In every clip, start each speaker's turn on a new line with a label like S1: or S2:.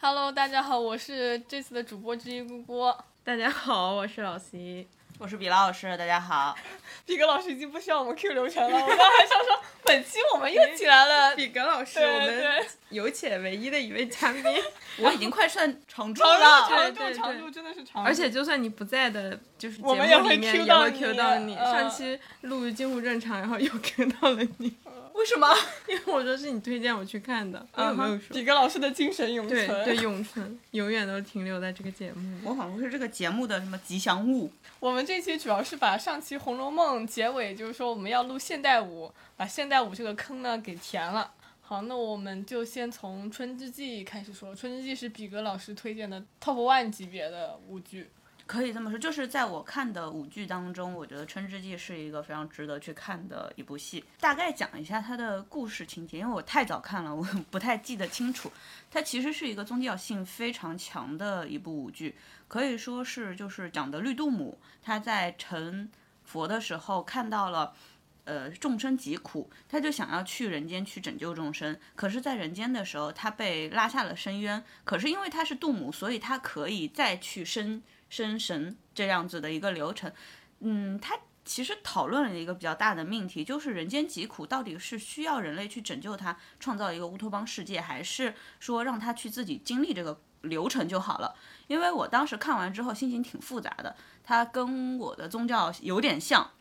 S1: Hello，大家好，我是这次的主播之一郭郭。
S2: 大家好，我是老西。
S3: 我是比拉老师，大 家好。
S1: 毕哥老师已经不需要我们 Q 流程了，我刚还想说，本期我们又请来了
S2: 比格老师，
S1: 对
S2: 我们
S1: 对
S2: 有且唯一的一位嘉宾，
S3: 我已经快算常驻
S1: 常驻
S2: 对
S3: 了，
S2: 对
S1: 常驻
S2: 对
S1: 常驻真的是常 驻，
S2: 而且就算你不在的，就是节
S1: 我们也
S2: 目
S1: 会
S2: 里面
S1: cue
S2: 也
S1: 到
S2: 会
S1: 你
S2: Q 到你。
S1: 嗯
S2: 上期录《京沪正常》，然后又 Q 到了你，
S3: 为什么？
S2: 因为我说是你推荐我去看的，我啊有没有说？
S1: 比哥老师的精神嗯永
S2: 对
S1: 存。
S2: 对，永存，永远都停留在这个节目里。
S3: 我仿佛是这个节目的什么吉祥物。
S1: 我们这期主要是把上期《红楼梦》结尾，就是说我们要录现代舞，把现代舞这个坑呢给填了。好，那我们就先从《春之祭》开始说，《春之祭》是比格老师推荐的 Top One 级别的舞剧。
S3: 可以这么说，就是在我看的舞剧当中，我觉得《春之祭》是一个非常值得去看的一部戏。大概讲一下它的故事情节，因为我太早看了，我 不太记得清楚。它其实是一个宗教性非常强的一部舞剧，可以说是就是讲的绿度母，她在成佛的时候看到了。呃，众生疾苦，她就想要去人间去拯救众生。可是，在人间的时候，她被拉下了深渊。可是，因为她是度母，所以她可以再去生生神这样子的一个流程。嗯，他其实讨论了一个比较大的命题，就是人间疾苦到底是需要人类去拯救它，创造一个乌托邦世界，还是说让他去自己经历这个流程就好了？因为我当时看完之后心情挺复杂的，它跟我的宗教有点像。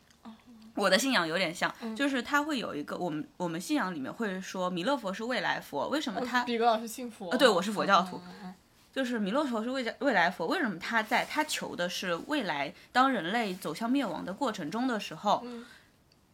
S3: 我的信仰有点像，就是它会有一个我们我们信仰里面会说弥勒佛是未来佛，为什么他
S1: 哦
S3: 啊
S1: 比格老师信佛、
S3: 对我是佛教徒
S1: 嗯嗯嗯
S3: 就是弥勒佛是未来未来佛，为什么他在他求的是未来，当人类走向灭亡的过程中的时候，
S1: 嗯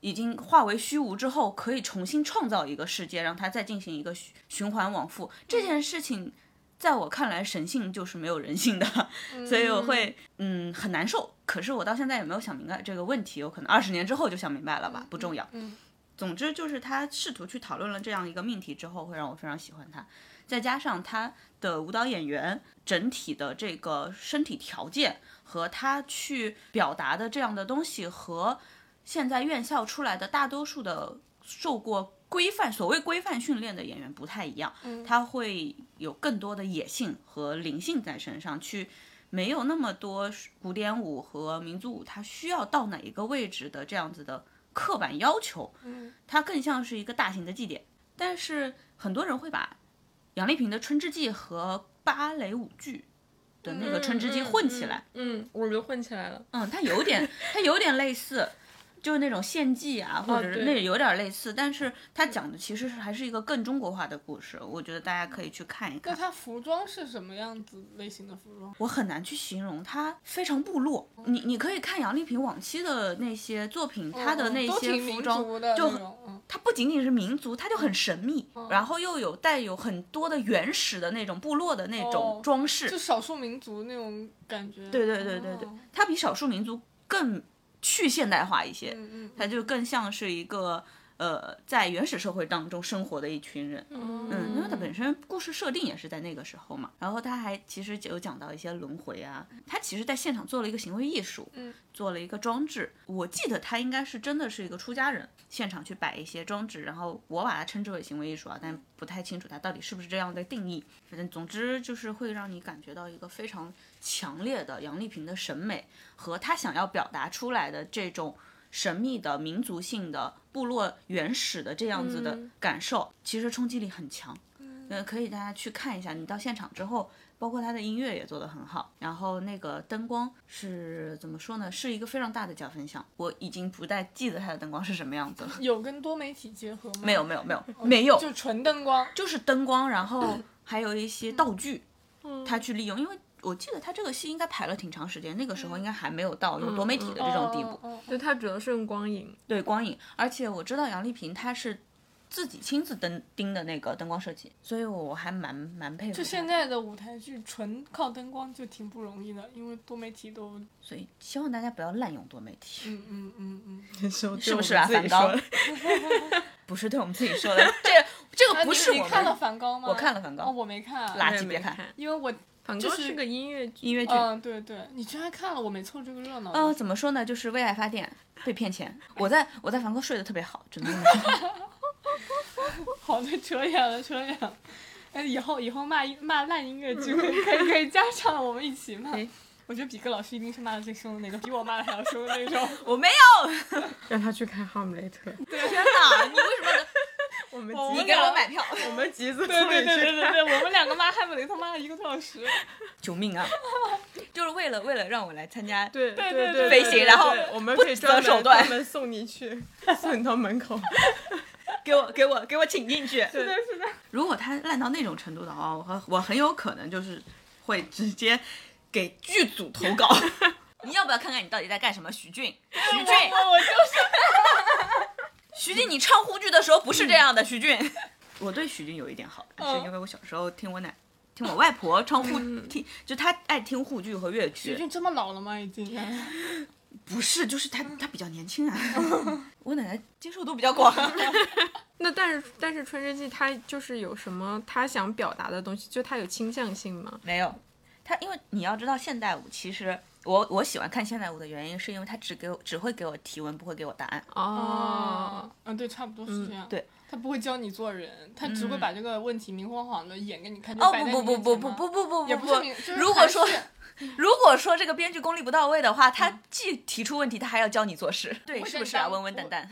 S3: 已经化为虚无之后，可以重新创造一个世界，让它再进行一个循循环往复。这件事情，在我看来，神性就是没有人性的， 所以我会嗯很难受。可是我到现在也没有想明白这个问题，有可能二十年之后就想明白了吧，不重要。
S1: 嗯，
S3: 总之就是他试图去讨论了这样一个命题之后，会让我非常喜欢他。再加上他的舞蹈演员整体的这个身体条件和他去表达的这样的东西，和现在院校出来的大多数的受过规范所谓规范训练的演员不太一样，
S2: 嗯
S3: 他会有更多的野性和灵性在身上去。没有那么多古典舞和民族舞，它需要到哪一个位置的这样子的刻板要求，
S2: 嗯
S3: 它更像是一个大型的祭典。但是很多人会把杨丽萍的《春之祭》和芭蕾舞剧的
S1: 嗯
S3: 那个《春之祭》混起来，
S2: 嗯，嗯，我就混起来了。
S3: 嗯，它有点， 它有点类似，就是那种献祭啊，
S1: 哦
S3: 或者是
S2: 对
S3: 那有点类似，但是它讲的其实是还是一个更中国化的故事，我觉得大家可以去看一
S1: 那
S3: 看。
S1: 他服装是什么样子类型的服装？
S3: 我很难去形容它非常部落。你你可以看杨丽萍往期的那些作品，她的
S1: 嗯
S3: 那
S1: 都
S3: 些
S1: 挺
S3: 服
S1: 民
S3: 装
S1: 族的嗯
S3: 就
S1: 那
S3: 很
S1: 种嗯
S3: 它不仅仅是民族，它就很神秘，然后又有带有很多的原始的那种部落的那
S1: 哦
S3: 种装饰。
S1: 就少数民族那种感觉。
S3: 对对对对对
S1: 哦，
S3: 它比少数民族更去现代化一些，
S1: 嗯嗯
S3: 它就更像是一个呃在原始社会当中生活的一群人。
S1: 嗯
S3: 嗯，因为它本身故事设定也是在那个时候嘛，然后它还其实有讲到一些轮回啊，它其实在现场做了一个行为艺术，
S1: 嗯，
S3: 做了一个装置。我记得他应该是真的是一个出家人，现场去摆一些装置，然后我把它称之为行为艺术啊，但不太清楚它到底是不是这样的定义。反正总之就是会让你感觉到一个非常强烈的杨丽萍的审美和她想要表达出来的这种神秘的民族性的部落原始的这样子的
S2: 嗯
S3: 感受，其实冲击力很强。嗯，可以大家去看一下。你到现场之后，包括它的音乐也做得很好，然后那个灯光是怎么说呢？是一个非常大的加分项。我已经不太记得它的灯光是什么样子了。
S1: 有跟多媒体结合吗？
S3: 没有，没有，没有，没有，
S1: 就纯灯光。
S3: 就是灯光，然后还有一
S1: 嗯
S3: 些道具，他去利用。因为我记得他这个戏应该排了挺长时间，那个时候应该还没有到用多媒体的这种地步。
S1: 嗯哦，
S2: 就它主要是用光影，
S3: 对光影，而且我知道杨丽萍她是自己亲自灯盯的那个灯光设计，所以我还蛮蛮佩服她
S1: 就
S3: 的。
S1: 现在的舞台剧纯靠灯光就挺不容易的，因为多媒体都
S3: 所以希望大家不要滥用多媒体，
S1: 嗯嗯嗯 嗯，
S2: 是
S3: 是不是啊？梵高，不是对我们自己说的， 这这
S1: 那
S3: 个不是
S1: 啊你
S3: 我
S1: 你看了
S3: 们
S1: 梵高吗？
S3: 我看了梵高
S1: 哦，我没看，
S3: 垃圾
S2: 也没
S3: 别看
S2: 看。
S1: 因为我
S2: 梵
S1: 就
S2: 高
S1: 是
S2: 是个音乐剧，
S3: 音乐剧。
S1: 嗯对对，你居然看了，我没凑这个热闹。
S3: 呃，怎么说呢？就是为爱发电，被骗钱。我在我在梵 高睡得特别好，只能这么说。
S1: 好的，扯远了，扯远了。哎，以后以后骂音骂烂音乐剧可以可以可以加上我们一起骂
S2: 哎。
S1: 我觉得比哥老师一定是骂的最凶的那种，比我骂的还要凶的那种。
S3: 我没有，
S2: 让他去看《哈姆雷特》，
S3: 天哪！你为什么？
S2: 我们
S1: 我
S2: 急
S1: 们
S3: 你给我买票！
S2: 我们急 着
S1: 对
S2: 送
S1: 对
S2: 你
S1: 对
S2: 去
S1: 对对对，我们两个骂汉姆雷特骂了一个多小 时。
S3: 救命啊！ 就是为了为了让我来参加，
S2: 对
S1: 对对
S2: 对
S1: 对
S2: 对
S1: 飞行
S2: 对
S3: 然后
S2: 对我们可以
S3: 择
S2: 专
S3: 手
S2: 门
S3: 段
S2: 专门送你去， 送你到门口。
S3: 给我给我给我请进去。
S2: 对
S3: 如果他烂到那种程度的话，我很我很有可能就是会直接给剧组投稿。 你要不要看看你到底在干什么，徐 俊？徐俊，
S1: 我我就是
S3: 徐俊，你唱沪剧的时候不是这样的，徐俊。 哦我对徐俊有一点好感，
S1: 嗯
S3: 是因为我小时候听我奶、听我外婆唱沪听，就她爱听沪剧和粤
S1: 最
S3: 剧。
S1: 近这么老了吗？已经 啊
S3: 不是，就是她她比较年轻 啊。我奶奶接受度比较广。
S2: 那但是但是《春之祭》它就是有什么他想表达的东西，就它有倾向性吗？
S3: 没有，他因为你要知道现代舞，其实我我喜欢看现代舞的原因，是因为他只给我只会给我提问，不会给我答案。
S2: 哦
S1: 啊，，嗯，对，差不多是这样。
S3: 对，
S1: 他不会教你做人，他只会把这个问题明晃晃的演给你看。就
S3: 哦
S1: 摆在
S3: 不
S1: 你
S3: 不
S1: 面
S3: 不
S1: 前
S3: 不
S1: 嘛
S3: 不不不
S1: 也
S3: 不
S1: 不
S3: 不
S1: 是
S3: 不
S1: 明，就是
S3: 如
S1: 还
S3: 果 说
S1: 是
S3: 如果说这个编剧功力不到位的话，
S1: 嗯
S3: 他既提出问题，他还要教你做事，对，
S1: 我
S3: 是
S1: 跟
S3: 不
S1: 你
S3: 是啊？
S1: 当
S3: 稳稳
S1: 我
S3: 当当。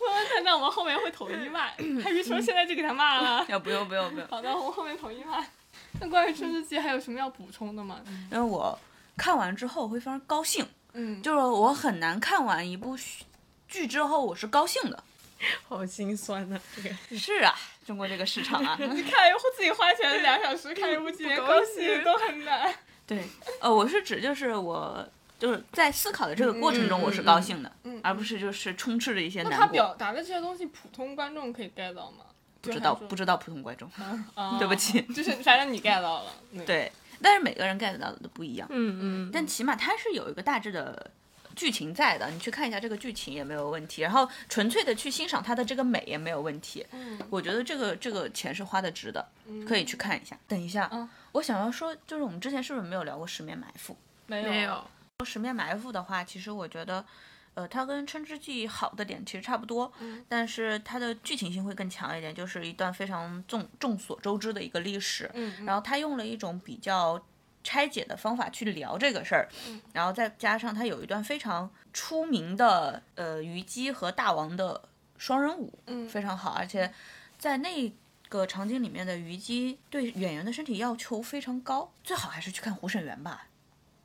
S1: 温温团长，我们后面会统一 骂，还是说现在就给他骂了？
S3: 要不用不用不用，
S1: 好的，我们后面统一骂。那关于春之祭还有什么要补充的吗？
S3: 因为我看完之后我会非常高兴，
S1: 嗯，
S3: 就是我很难看完一部剧剧之后我是高 兴的。
S2: 好心酸呐、这个
S3: 是啊，中国这个市场 啊。
S1: 看一部自己花钱两小时看一部剧，连嗯高兴都很难。
S3: 对，呃，我是指就是我就是在思考的这个过程中，
S2: 嗯嗯
S3: 我是高兴的，
S1: 嗯
S3: 而不是就是充斥着一些
S1: 那他
S3: 难过。
S1: 表达的这些东西，普通观众可以 get 到吗？
S3: 不知道不知道普通观众，
S1: 道
S3: 对不起
S1: 啊就是反正你 get 到 了。那个，
S3: 对，但是每个人 get 到的都不一样，
S2: 嗯嗯，
S3: 但起码它是有一个大致的。剧情在的，你去看一下这个剧情也没有问题，然后纯粹的去欣赏它的这个美也没有问题。
S1: 嗯
S3: 我觉得这个这个钱是花的值的，
S1: 嗯
S3: 可以去看一下。等一下，
S1: 嗯
S3: 我想要说，就是我们之前是不是没有聊过《十面埋伏》？
S1: 没有
S2: 没有，
S3: 十面埋伏的话，其实我觉得，呃，它跟《春之祭》好的点其实差不多，
S1: 嗯
S3: 但是它的剧情性会更强一点，就是一段非常众众所周知的一个历史，
S1: 嗯，嗯
S3: 然后它用了一种比较拆解的方法去聊这个事儿，
S1: 嗯
S3: 然后再加上它有一段非常出名的呃虞姬和大王的双人舞，
S1: 嗯
S3: 非常好，而且在那。个场景里面的虞姬对演员的身体要求非常高，最好还是去看《胡沈园》吧。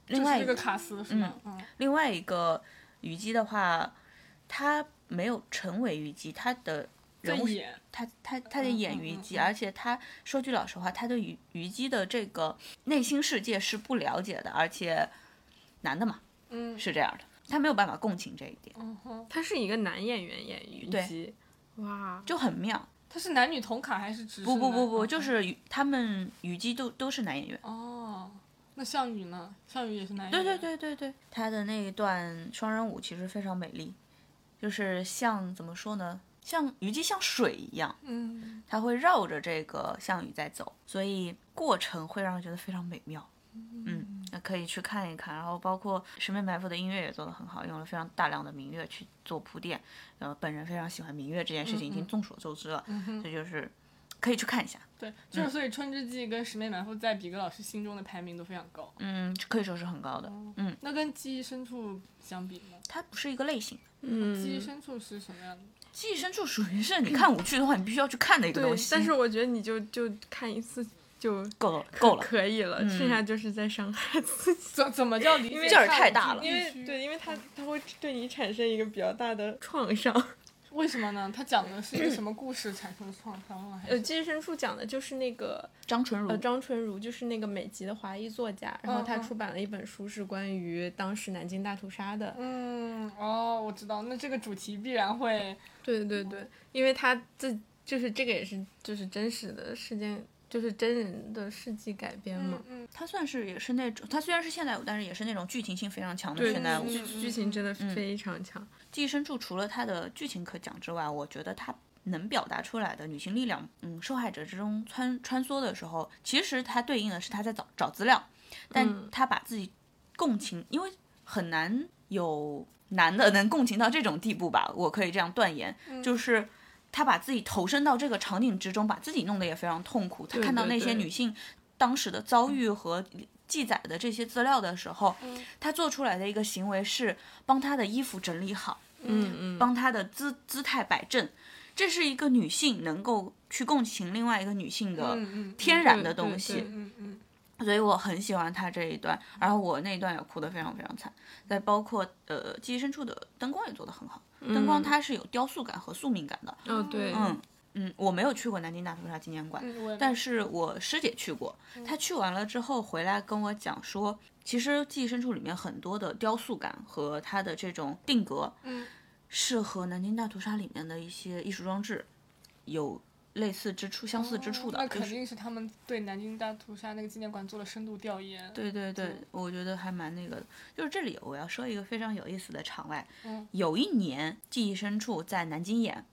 S3: 另
S1: 就是
S3: 外一
S1: 这个卡斯是吗？嗯
S3: 另外一个虞姬的话，她没有成为虞姬，她的
S1: 在
S3: 人物
S1: 演，
S3: 她她她在
S1: 嗯
S3: 演
S1: 嗯
S3: 虞
S1: 嗯
S3: 姬，
S1: 嗯
S3: 而且她说句老实话，她对虞虞姬的这个内心世界是不了解的，而且男的嘛
S1: 嗯
S3: 是这样的，她没有办法共情这一点，
S1: 嗯哼，
S2: 他是一个男演员演虞
S3: 对
S2: 姬，哇，
S3: 就很妙。
S1: 他是男女同卡还是只是
S3: 不不不
S1: 男
S3: 不，
S1: 嗯
S3: 就
S1: 嗯
S3: 是虞他们虞姬都都是男演员。
S1: 哦，那项羽呢？项羽也是男
S3: 对
S1: 演
S3: 对
S1: 员。
S3: 对对对，她的那一段双人舞其实非常美丽，就是像怎么说呢，像虞姬像水一样。
S1: 嗯，
S3: 它会绕着这个项羽在走，所以过程会让人觉得非常美妙。嗯，那可以去看一看。然后包括《十面埋伏》的音乐也做得很好，用了非常大量的民乐去做铺垫。呃，本人非常喜欢民乐这件事情，已经众所周知了，所以就是可以去看一下。
S1: 对，
S3: 嗯
S1: 就是所以《春之祭》跟《十面埋伏》在比格老师心中的排名都非常高。
S3: 嗯，可以说是很高的。嗯，
S1: 那跟《记忆深处》相比呢？
S3: 它不是一个类型，
S1: 《记忆
S2: 嗯，
S1: 深处》是什么样的？
S3: 《记忆深处》属于是你看舞剧的话，你必须要去看的一个
S2: 对
S3: 东西。，
S2: 但是我觉得你就就看一次就
S3: 够了，够了。
S2: 可以了，剩下就是在伤害自己。
S1: 怎怎么叫理解？
S3: 劲儿太大了
S2: 因为对，因为他他会对你产生一个比较大的创伤。
S1: 为什么呢？他讲的是一个什么故事产生的创伤啊？还
S2: 呃，
S1: 是
S2: 寄生处讲的就是那个
S3: 张纯如
S2: 呃，张纯如就是那个美籍的华裔作家，然后
S3: 嗯
S2: 他出版了一本书，是关于当时南京大屠杀的。
S1: 嗯，哦，我知道，那这个主题必然会，
S2: 对对对，嗯因为他这就是这个也是就是真实的事件，就是真人的事迹改编嘛。
S1: 嗯
S3: 它算是也是那种，它虽然是现代舞，但是也是那种剧情性非常强的
S2: 对
S3: 现代舞。
S2: 剧
S1: 嗯
S2: 剧情真的非常强。
S3: 《寄生处》除了它的剧情可讲之外，我觉得它能表达出来的女性力量，嗯，受害者之中穿穿梭的时候，其实它对应的是她在找找资料，但
S2: 嗯
S3: 她把自己共情，因为很难有男的能共情到这种地步吧，我可以这样断言，就是。他把自己投身到这个场景之中，把自己弄得也非常痛苦。他
S2: 对
S3: 看到
S2: 对
S3: 那
S2: 对
S3: 些女性当时的遭遇和记载的这些资料的时候，他做出来的一个行为是帮她的衣服整理好，
S2: 嗯嗯，
S3: 帮她的姿姿态摆正，这是一个女性能够去共情另外一个女性的
S1: 嗯嗯
S3: 天然
S2: 对
S3: 的
S2: 对
S3: 东
S2: 对
S3: 西。
S1: 嗯嗯
S3: 所以我很喜欢他这一段，然后我那一段也哭得非常非常惨。再包括呃，记忆深处的灯光也做得很好，灯光它是有雕塑感和宿命感的。
S2: 哦对，
S3: 嗯嗯，我没有去过南京大屠杀纪念馆，
S1: 嗯，
S3: 但
S1: 是
S3: 是我师姐去过，她去完了之后回来跟我讲说，其实记忆深处里面很多的雕塑感和它的这种定格，
S1: 嗯
S3: 是和南京大屠杀里面的一些艺术装置有类似之处、相似之处的。
S1: 哦那
S3: 就是
S1: 肯定是他们对南京大屠杀那个纪念馆做了深度调研。
S3: 对对对
S1: 对，
S3: 我觉得还蛮那个的。就是这里我要说一个非常有意思的场外，
S1: 嗯
S3: 有一年记忆深处在南京演，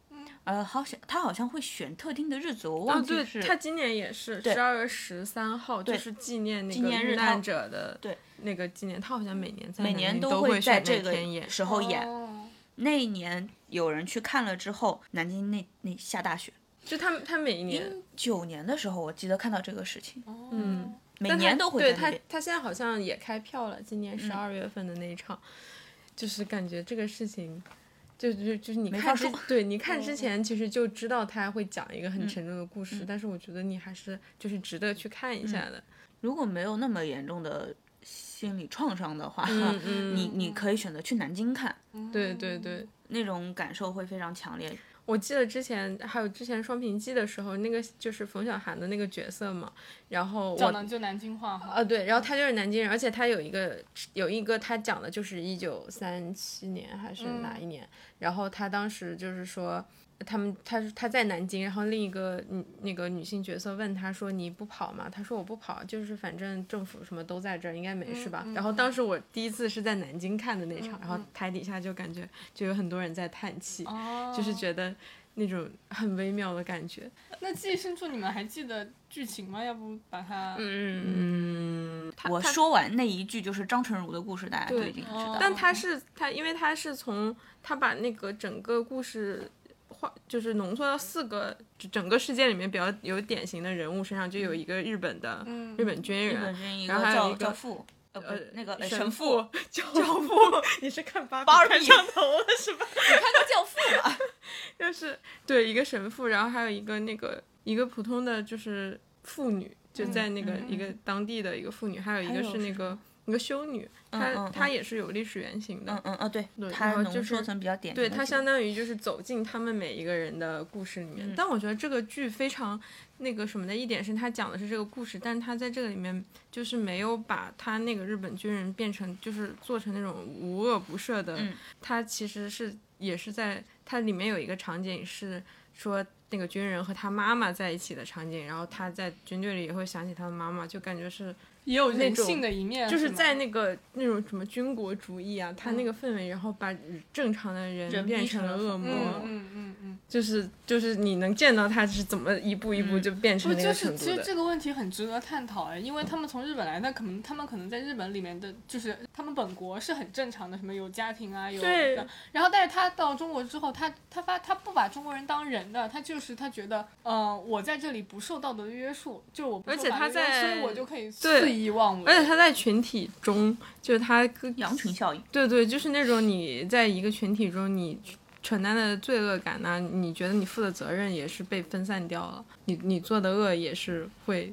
S3: 呃，好像他好像会选特定的日子，我
S2: 哦
S3: 忘记
S2: 对
S3: 是、，
S2: 他今年也是十二月十三号，就是纪念那
S3: 纪
S2: 个
S3: 念日
S2: 遇
S3: 他
S2: 难者的
S3: 对
S2: 那个纪念，他好像每年在
S3: 每
S2: 南
S3: 年
S2: 京
S3: 都
S2: 会
S3: 在
S2: 选
S3: 这
S2: 那天
S3: 个
S2: 演，
S3: 时候演。
S1: 哦
S3: 那一年有人去看了之后，南京那那下大雪。
S2: 就他他每一年
S3: 九年的时候，我记得看到这个事情，
S1: 嗯，
S3: 每
S2: 但他
S3: 年都会
S2: 对
S3: 在那
S2: 他
S3: 边，嗯
S2: 他现在好像也开票了，今年十二月份的那一场，就是感觉这个事情。就就就是你
S3: 没
S2: 看
S3: 法
S2: 之
S3: 说
S2: 对你看
S1: 嗯
S2: 之
S1: 嗯
S2: 前其实就知道他会讲一个很沉重的故事，
S3: 嗯
S2: 但是我觉得你还是就是值得去看一下的。
S3: 如果没有那么严重的心理创伤的话，
S2: 嗯嗯，
S3: 你你可以选择去南京看，
S2: 对对
S1: 嗯
S2: 对，
S3: 那种感受会非常强烈。
S2: 我记得之前还有之前双屏记的时候，那个就是冯小涵的那个角色嘛，然后
S1: 讲
S2: 我
S1: 的就南京话哈。
S2: 啊对，然后他就是南京人，而且他有一个有一个他讲的就是一九三七年还是哪
S1: 嗯
S2: 一年，然后他当时就是说。他们，他他在南京，然后另一个女那个女性角色问他说：“你不跑吗？”他说：“我不跑，就是反正政府什么都在这儿，应该没事吧。
S1: 嗯嗯
S2: 然后
S1: 嗯
S2: 当时我第一次是在南京看的那场，
S1: 嗯
S2: 然后
S1: 嗯
S2: 台底下就感觉就有很多人在叹气，
S1: 哦，
S2: 就是觉得那种很微妙的感觉。
S1: 那记忆深处你们还记得剧情吗？要不把它
S2: 嗯嗯，
S3: 我
S2: 他
S3: 说完那一句就是张纯如的故事，大家都
S2: 对
S3: 已经知道
S1: 哦
S3: 了。
S2: 但他是他，因为他是从他把那个整个故事画，就是浓缩到四个就整个事件里面比较有典型的人物身上，就有一个日本的、
S1: 嗯
S2: 日本军
S3: 日
S2: 人
S3: 本，军一
S2: 然后还有
S3: 教
S2: 一个
S3: 教父，呃，不
S2: 呃
S3: 是，那个呃
S2: 神
S3: 神父，
S2: 教父，你是看芭
S3: 芭
S2: 比看
S3: 比
S2: 上头了是吧？
S3: 你看过教父 吧？
S2: 就是对一个神父，然后还有一个那个一个普通的就是妇女，就在那个、
S3: 嗯嗯
S2: 一个当地的一个妇女，还有一
S3: 还
S2: 个
S3: 有
S2: 是
S3: 是
S2: 那个一个修女，她、
S3: 嗯嗯
S2: 她也是有历史原型的。
S3: 嗯嗯嗯，对
S2: 对，
S3: 他
S2: 然后
S3: 浓
S2: 就是
S3: 缩成比较典型
S2: 对
S3: 的几个。
S2: 她相当于就是走进他们每一个人的故事里面，
S3: 嗯
S2: 但我觉得这个剧非常那个什么的一点是，它讲的是这个故事，但是它在这个里面就是没有把他那个日本军人变成就是做成那种无恶不赦的，
S3: 嗯
S2: 他其实是也是在它里面有一个场景是说那个军人和他妈妈在一起的场景，然后他在军队里也会想起他的妈妈，就感觉是
S1: 也有人
S2: 那种
S1: 性的一面，
S2: 就是
S1: 吗
S2: 在那个那种什么军国主义啊，他那个氛围，然后把正常的
S3: 人
S2: 人
S3: 逼
S2: 变
S3: 成
S2: 成了
S3: 了
S2: 恶魔，
S1: 嗯嗯嗯嗯，
S2: 就是就是你能见到他是怎么一步一步
S3: 嗯
S2: 就变
S1: 不
S2: 成那
S1: 哦就
S2: 个
S1: 是
S2: 程
S1: 其
S2: 度
S1: 实
S2: 的。
S1: 这个问题很值得探讨哎，因为他们从日本来，那可能他们可能在日本里面的就是他们本国是很正常的，什么有家庭啊，有
S2: 对
S1: 的然后但是他到中国之后，他他发他不把中国人当人的，他就是他觉得，嗯、我在这里不受道德的约束，就是我不
S2: 而
S1: 受
S2: 且
S1: 法
S2: 他
S1: 律约束
S2: 在
S1: 所以我就可以
S2: 对
S1: 肆意妄为，
S2: 而且他在群体中，就是他跟
S3: 羊群效应，
S2: 对对，就是那种你在一个群体中你承担的罪恶感呐、你觉得你负的责任也是被分散掉了，你你做的恶也是会，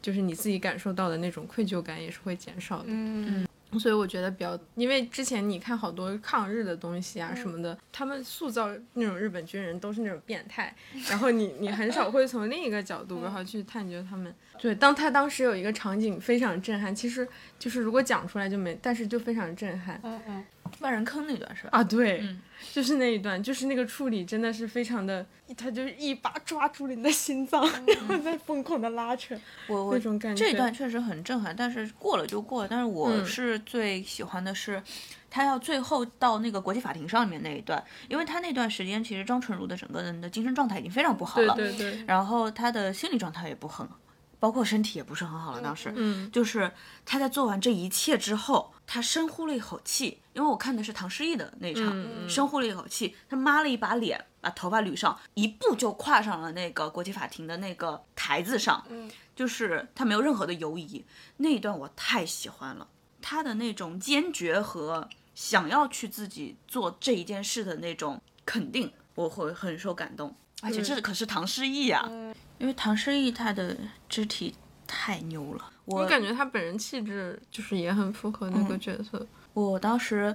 S2: 就是你自己感受到的那种愧疚感也是会减少的。
S1: 嗯
S2: 所以我觉得比较，因为之前你看好多抗日的东西啊什么的，他们塑造那种日本军人都是那种变态，然后你你很少会从另一个角度然后去探究他们。对，当他当时有一个场景非常震撼，其实就是如果讲出来就没，但是就非常震撼
S1: 嗯嗯，
S3: 万人坑那段是吧？
S2: 啊！对，
S3: 嗯
S2: 就是那一段，就是那个处理真的是非常的，他就是一把抓住了你的心脏，然
S1: 嗯
S2: 后 在疯狂的拉扯
S3: 我
S2: 那
S3: 我
S2: 种感觉。
S3: 这一段确实很震撼，但是过了就过了。但是我
S2: 嗯
S3: 是最喜欢的是，他要最后到那个国际法庭上面那一段，因为他那段时间其实张纯如的整个人的精神状态已经非常不好
S2: 对嗯
S3: 了，
S2: 对对，
S3: 然后他的心理状态也不很包括身体也不是很好了。当时，
S2: 嗯
S3: 就是他在做完这一切之后，他深呼了一口气，因为我看的是唐诗逸的那场，
S2: 嗯嗯
S3: 深呼了一口气，他抹了一把脸，把头发捋上，一步就跨上了那个国际法庭的那个台子上，
S1: 嗯
S3: 就是他没有任何的犹疑。那一段我太喜欢了，他的那种坚决和想要去自己做这一件事的那种肯定，我会很受感动。而且这可是唐诗逸啊，
S1: 嗯
S3: 因为唐诗逸他的肢体太牛了，我
S2: 我感觉他本人气质就是也很符合那个角色。
S3: 我当时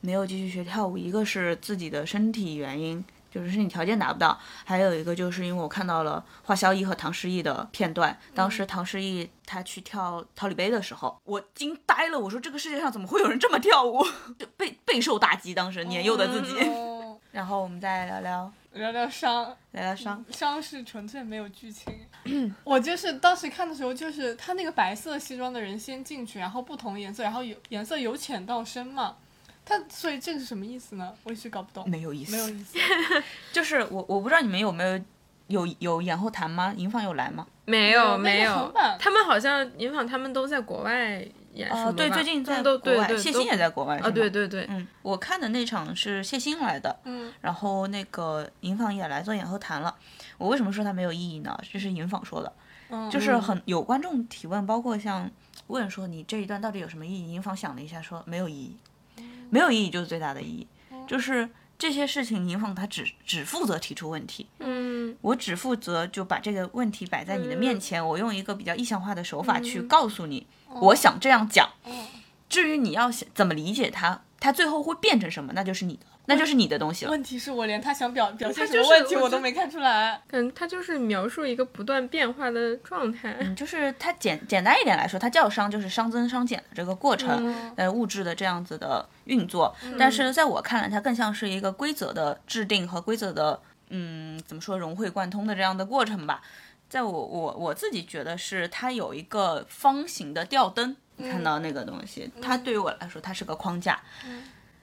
S3: 没有继续学跳舞，一个是自己的身体原因，就是身体条件达不到；还有一个就是因为我看到了华萧逸和唐诗逸的片段。当
S2: 嗯
S3: 时唐诗逸他去跳桃李杯的时候，我惊呆了，我说这个世界上怎么会有人这么跳舞？ 就备备受打击，当时年幼的自 己。
S2: 嗯
S1: 哦
S3: 然后我们再聊聊
S1: 聊聊伤，
S3: 聊聊伤，
S1: 伤是纯粹没有剧情。我就是当时看的时候，就是他那个白色西装的人先进去，然后不同颜色，然后由颜色由浅到深嘛。他所以这是什么意思呢？我一直搞不
S2: 嗯
S1: 懂。
S3: 没有意思，
S1: 没有意思，
S3: 就是我我不知道你们有没有有有演后谈吗？银坊有来吗？
S2: 没
S1: 有
S2: 有
S1: 那
S2: 没
S1: 个
S2: 有
S1: 横版，
S2: 他们好像银纺他们都在国外演什
S3: 啊，
S2: 么吧？
S3: 对，最近
S2: 他
S3: 在
S2: 们都
S3: 国
S2: 呃对
S3: 外，
S2: 对
S3: 谢
S2: 都
S3: 欣也在国外是
S2: 啊，
S3: 吗
S2: 对对对，
S3: 嗯，我看的那场是谢欣来的，
S1: 嗯，
S3: 然后那个银坊也来做演后谈了。我为什么说它没有意义呢？这是银坊说的，
S1: 嗯
S3: 就是很有观众提问，包括像问说你这一段到底有什么意义？银坊想了一下说没有意义，没有意义就是最大的意义，就是这些事情银坊他只只负责提出问题，
S2: 嗯，
S3: 我只负责就把这个问题摆在你的面前，我用一个比较意象化的手法去告诉你，我想这样讲。
S1: 嗯
S3: 至于你要想怎么理解它，它最后会变成什么，那就是你的，那就是你的东西了。
S1: 问题是我连他想表表现什
S2: 就
S1: 么
S2: 是
S1: 问题
S2: 我
S1: 我
S2: 觉
S1: 都
S2: 得
S1: 没看出来。
S2: 感嗯觉他就是描述一个不断变化的状态。
S3: 嗯就是它简简单一点来说，它叫商就是商增商减的这个过程，
S2: 嗯
S1: 嗯
S3: 呃，物质的这样子的运作。但是在我看来，它更像是一个规则的制定和规则的，嗯，怎么说融会贯通的这样的过程吧。在我我我自己觉得是它有一个方形的吊灯，
S1: 嗯
S3: 你看到那个东西，它对于我来说它是个框架，
S1: 嗯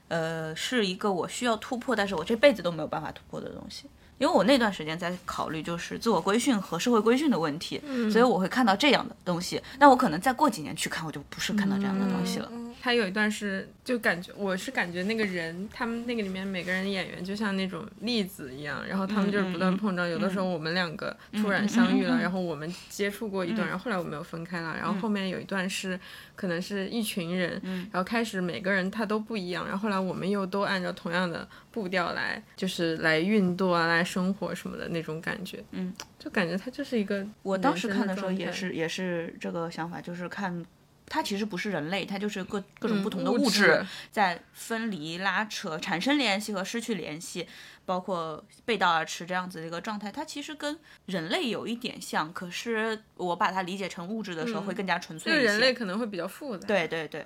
S3: 呃，是一个我需要突破，但是我这辈子都没有办法突破的东西。因为我那段时间在考虑就是自我规训和社会规训的问题，
S1: 嗯
S3: 所以我会看到这样的东西。那我可能再过几年去看，我就不是看到这样的东西了。
S1: 嗯
S2: 他有一段是就感觉我是感觉那个人，他们那个里面每个人演员就像那种粒子一样，然后
S3: 嗯
S2: 他们就是不断碰撞。有的时候我们两个突然相遇了，
S3: 嗯嗯嗯嗯嗯
S2: 然后我们接触过一段，然后后来我们又分开了。然后后面有一段是可能是一群人，
S3: 嗯
S2: 然后开始每个人他都不一样，然后后来我们又都按照同样的步调来，就是来运动啊，来生活什么的那种感觉。
S3: 嗯，
S2: 就感觉他就是一个
S3: 我当时
S2: 人生
S3: 看的时候
S2: 状
S3: 也
S2: 态
S3: 是也是这个想法，就是看它其实不是人类，它就是各各种
S2: 嗯
S3: 不同的
S2: 物
S3: 质在分离、拉扯、产生联系和失去联系，包括背道而驰这样子的一个状态。它其实跟人类有一点像，可是我把它理解成物质的时候会更加纯
S2: 嗯
S3: 粹
S2: 就
S3: 一些。
S2: 人类可能会比较复杂。
S3: 对对对，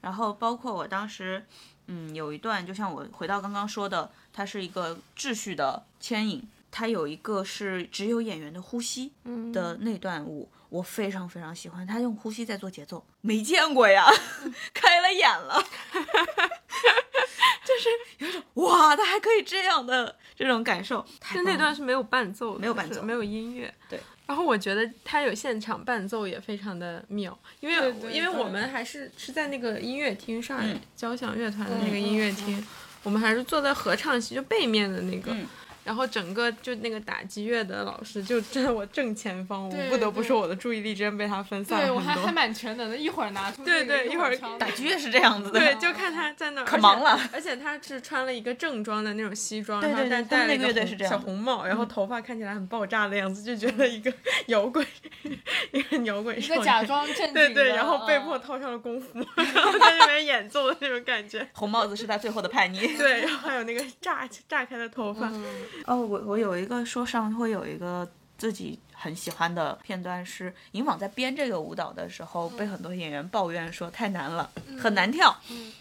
S3: 然后包括我当时，嗯，有一段就像我回到刚刚说的，它是一个秩序的牵引，它有一个是只有演员的呼吸
S2: 嗯
S3: 的那段舞，我非常非常喜欢，他用呼吸在做节奏，没见过呀，
S2: 嗯
S3: 开了眼了， 就是有一种哇，他还可以这样的这种感受，太
S2: 但
S3: 棒
S2: 那
S3: 了
S2: 段是没有伴奏的，
S3: 没有伴奏
S2: 就是没有音乐。
S3: 对。
S2: 然后我觉得他有现场伴奏也非常的妙，因为
S1: 对对
S2: 因为
S1: 对
S2: 我们还是是在那个音乐厅，上海
S3: 嗯
S2: 交响乐团的那个
S1: 嗯
S2: 音乐厅，我们还是坐在合唱席就背面的那个，
S3: 嗯
S2: 然后整个就那个打击乐的老师就站在我正前方，我
S1: 对
S2: 不得不
S1: 对
S2: 说我的注意力真被他分散
S1: 对
S2: 了
S1: 我还还
S2: 很多。
S1: 蛮全能的，一会儿拿出
S2: 对
S1: 这个
S2: 对
S1: 一
S2: 一会儿
S1: 敲那
S3: 打
S1: 个
S3: 击乐是这样子的，
S2: 对，就看他在那儿，
S3: 可
S2: 而且
S3: 忙了
S2: 而且他是穿了一个正装的那种西装，
S3: 对
S2: 然后
S3: 对对
S2: 但戴了
S3: 他们那
S2: 一
S3: 个乐队
S2: 红
S3: 是这样
S2: 小
S3: 的嗯
S2: 红帽，然后头发看起来很爆炸的样子，就觉得一个摇滚，一个摇滚
S1: 一
S2: 少
S1: 个假
S2: 年。
S1: 装正经的，
S2: 对对，然后被迫
S1: 嗯
S2: 套上了功夫，然后在那边演奏的那种感觉。
S3: 红帽子是他最后的 叛逆，
S2: 对，然后还有那个炸炸开的头发，
S1: 嗯
S3: 哦，我我有一个说上会有一个自己很喜欢的片段是，银纺在编这个舞蹈的时候，被很多演员抱怨说太难了，很难跳，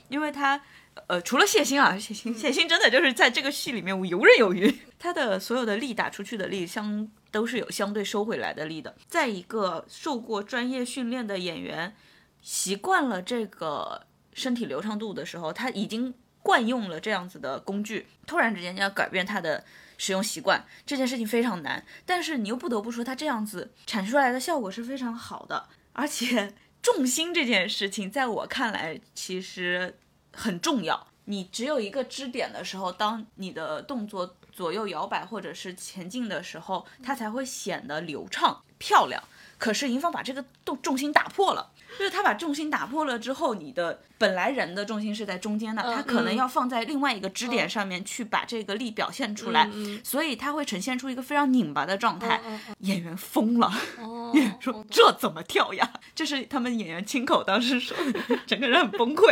S3: 因为他。呃，除了谢欣啊，谢欣，谢欣真的就是在这个戏里面游刃有余， 他的所有的力打出去的力相都是有相对收回来的力的。在一个受过专业训练的演员习惯了这个身体流畅度的时候，他已经惯用了这样子的工具，突然之间要改变它的使用习惯，这件事情非常难。但是你又不得不说，它这样子产出来的效果是非常好的，而且 重心这件事情，在我看来其实很重要。你只有一个支点的时候，当你的动作左右摇摆或者是前进的时候，它才会显得流畅漂亮。可是银方把这个重重心打破了，就是他把重心打破了之后，你的本来人的重心是在中间的，他可能要放在另外一个支点上面去把这个力表现出来，所以他会呈现出一个非常拧巴的状态。演员疯了，
S1: 哦，
S3: 演员说这怎么跳呀？ 这是他们演员亲口当时说的， 整个人很崩溃。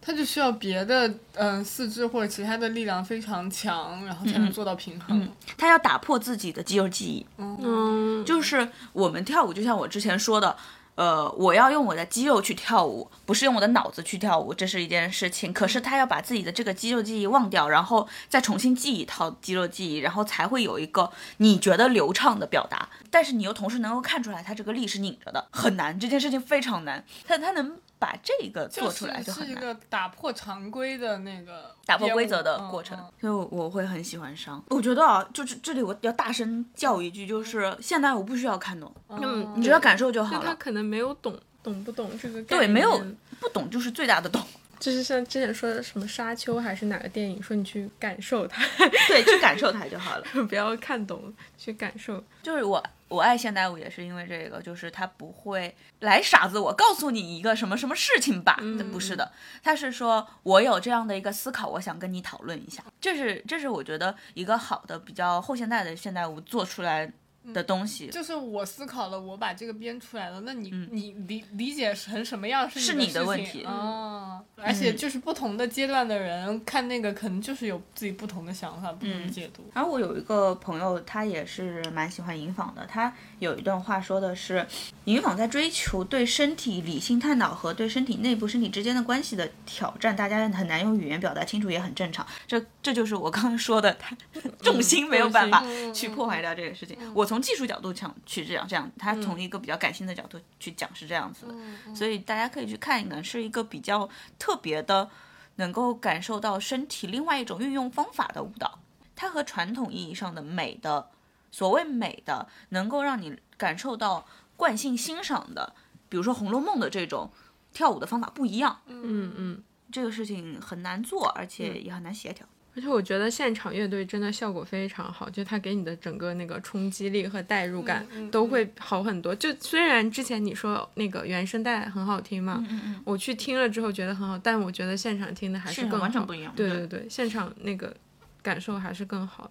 S1: 他就需要别的嗯、呃四肢或者其他的力量非常强，然后才能做到平衡。
S3: 他要打破自己的肌肉记忆，
S2: 嗯，就
S3: 就是我们跳舞，就像我之前说的，呃，我要用我的肌肉去跳舞，不是用我的脑子去跳舞，这是一件事情。可是他要把自己的这个肌肉记忆忘掉，然后再重新记一套肌肉记忆，然后才会有一个你觉得流畅的表达。但是你又同时能够看出来，他这个力是拧着的，很难，这件事情非常难。但他能把这个做出来
S1: 是
S3: 很
S1: 是一
S3: 难。
S1: 个打破常规的那个
S3: 打破
S1: 业务
S3: 规则的过程
S1: 嗯嗯，
S3: 所以我我会很喜欢上。我觉得啊，就是这里我要大声叫一句，就是现代舞不需要看懂，
S2: 嗯
S1: 嗯
S3: 你只要感受就好
S2: 他
S3: 了。
S2: 可嗯能没有懂懂不懂这个概
S3: 对，没有
S2: 念
S3: 不懂就是最大的懂。
S2: 就是像之前说的什么沙丘还是哪个电影，说你去感受它，
S3: 对，去感受它就好了。
S2: 不要看懂，去感受。
S3: 就是我，我爱现代舞也是因为这个，就是它不会来傻子，我告诉你一个什么什么事情吧，不是的，它是说我有这样的一个思考，我想跟你讨论一下，这是这是我觉得一个好的比较后现代的现代舞做出来的东西。
S1: 就是我思考了，我把这个编出来了，那你、你理理解成什么样是
S3: 嗯是
S1: 你
S3: 你的问
S1: 事情
S3: 题嗯
S1: 哦。而且
S2: 嗯
S1: 就是不同的阶段的人看那个，可能就是有自己不同的想法、不同
S3: 嗯
S1: 的解读。
S3: 然后我有一个朋友，他也是蛮喜欢银纺的。他有一段话说的是，银纺在追求对身体理性探讨和对身体内部、身体之间的关系的挑战，大家很难用语言表达清楚，也很正常。这这就是我刚刚说的，他 重心没有办法
S1: 嗯嗯
S3: 去破坏掉这个事
S2: 嗯
S3: 情。我从技术角度讲去这样这样，他从一个比较感性的角度去讲是这样子的。
S2: 嗯
S3: 所以大家可以去看一看，是一个比较特别的，能够感受到身体另外一种运用方法的舞蹈。它和传统意义上的美的，所谓美的，能够让你感受到惯性欣赏的，比如说《红楼梦》的这种跳舞的方法不一样。
S2: 嗯嗯。
S3: 这个事情很难做，而且也很难协调。
S2: 而且我觉得现场乐队真的效果非常好，就它给你的整个那个冲击力和代入感
S1: 嗯嗯
S2: 都会好很多。就虽然之前你说那个原声带很好听嘛，
S3: 嗯嗯，
S2: 我去听了之后觉得很好，但我觉得现场听的还是
S3: 现
S2: 更
S3: 场
S2: 好
S3: 完全不一样
S2: 对对对，现场那个感受还是更好。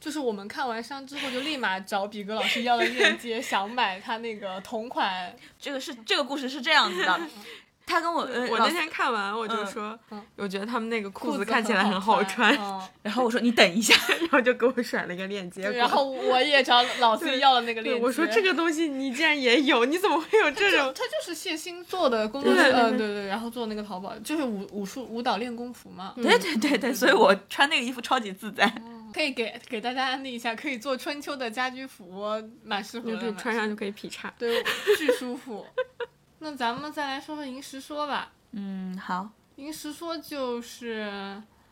S1: 就是我们看完伤之后，就立马找比格老师要了链接， 想买他那个同款。
S3: 这个是这个故事是这样子 的。他跟我，呃、
S2: 我
S3: 老
S2: 那
S3: 师
S2: 天看完我就说，我觉得他们那个裤子看起来
S1: 很
S2: 很好
S1: 穿
S2: 穿，，
S1: 嗯
S3: 然后我说你等一 下，
S2: 然后就给我甩了一个链接过来。
S1: 然后我也找老师要了那个链
S2: 对
S1: 接。
S2: 我说这个东西你竟然也有，你怎么会有这 种？
S1: 他就是谢欣做的工作室，
S2: 对对
S1: 呃，对对，然后做那个淘宝，就是武武术舞蹈练功服嘛。嗯
S3: 对对对对，所以我穿那个衣服超级自在。
S1: 可以给给大家安利一下，可以做春秋的家居服，蛮适合
S2: 你
S1: 的。
S2: 可以
S1: 蛮
S2: 穿
S1: 适合
S2: 上就可以劈叉。
S1: 对，巨舒服。 那咱们再来说说银石说吧，
S3: 嗯，好，
S1: 银石说就是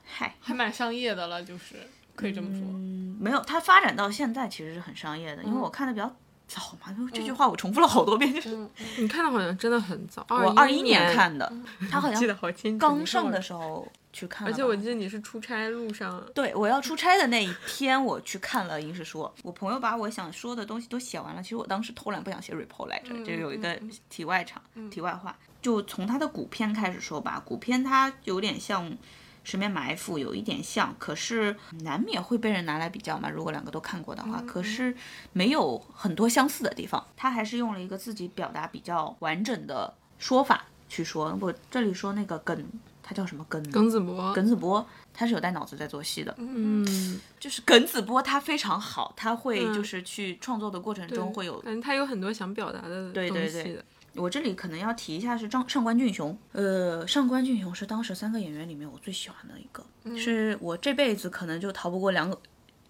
S3: 嗨，
S1: 还蛮商业的了，就是可以这么说。
S3: 嗯，没有，它发展到现在其实是很商业的，因为我看的比较早嘛，就这句话我重复了好多遍，就是
S1: 嗯，
S2: 你看的好像真的很早，
S3: 我
S2: 二
S3: 二一年，看的，它 好
S2: 记
S3: 像
S2: 得好清楚。
S3: 刚上的时候去看了
S2: 而
S3: 吧，
S2: 且我记得你是出差路上，
S3: 对我要出差的那一天，我去看了《银石说》，我朋友把我想说的东西都写完了。其实我当时偷懒，不想写 report 来
S2: 嗯
S3: 着，这有一个题外场、题外话。就从它的古片开始说吧，古片它有点像《十面埋伏》，有一点像，可是难免会被人拿来比较嘛。如果两个都看过的
S2: 嗯
S3: 话，可是没有很多相似的地方。它还是用了一个自己表达比较完整的说法去说。我这里说那个梗，它叫什么梗呢？
S2: 耿子博，
S3: 耿子博他是有带脑子在做戏的，
S2: 嗯，
S3: 就是耿子波他非常好，他会就是去创作的过程中会有。
S2: 反正他有很多想表达的东
S3: 对
S2: 西的。
S3: 对对我这里可能要提一下是张上官俊雄，呃，上官俊雄是当时三个演员里面我最喜欢的一个，是我这辈子可能就逃不过两个。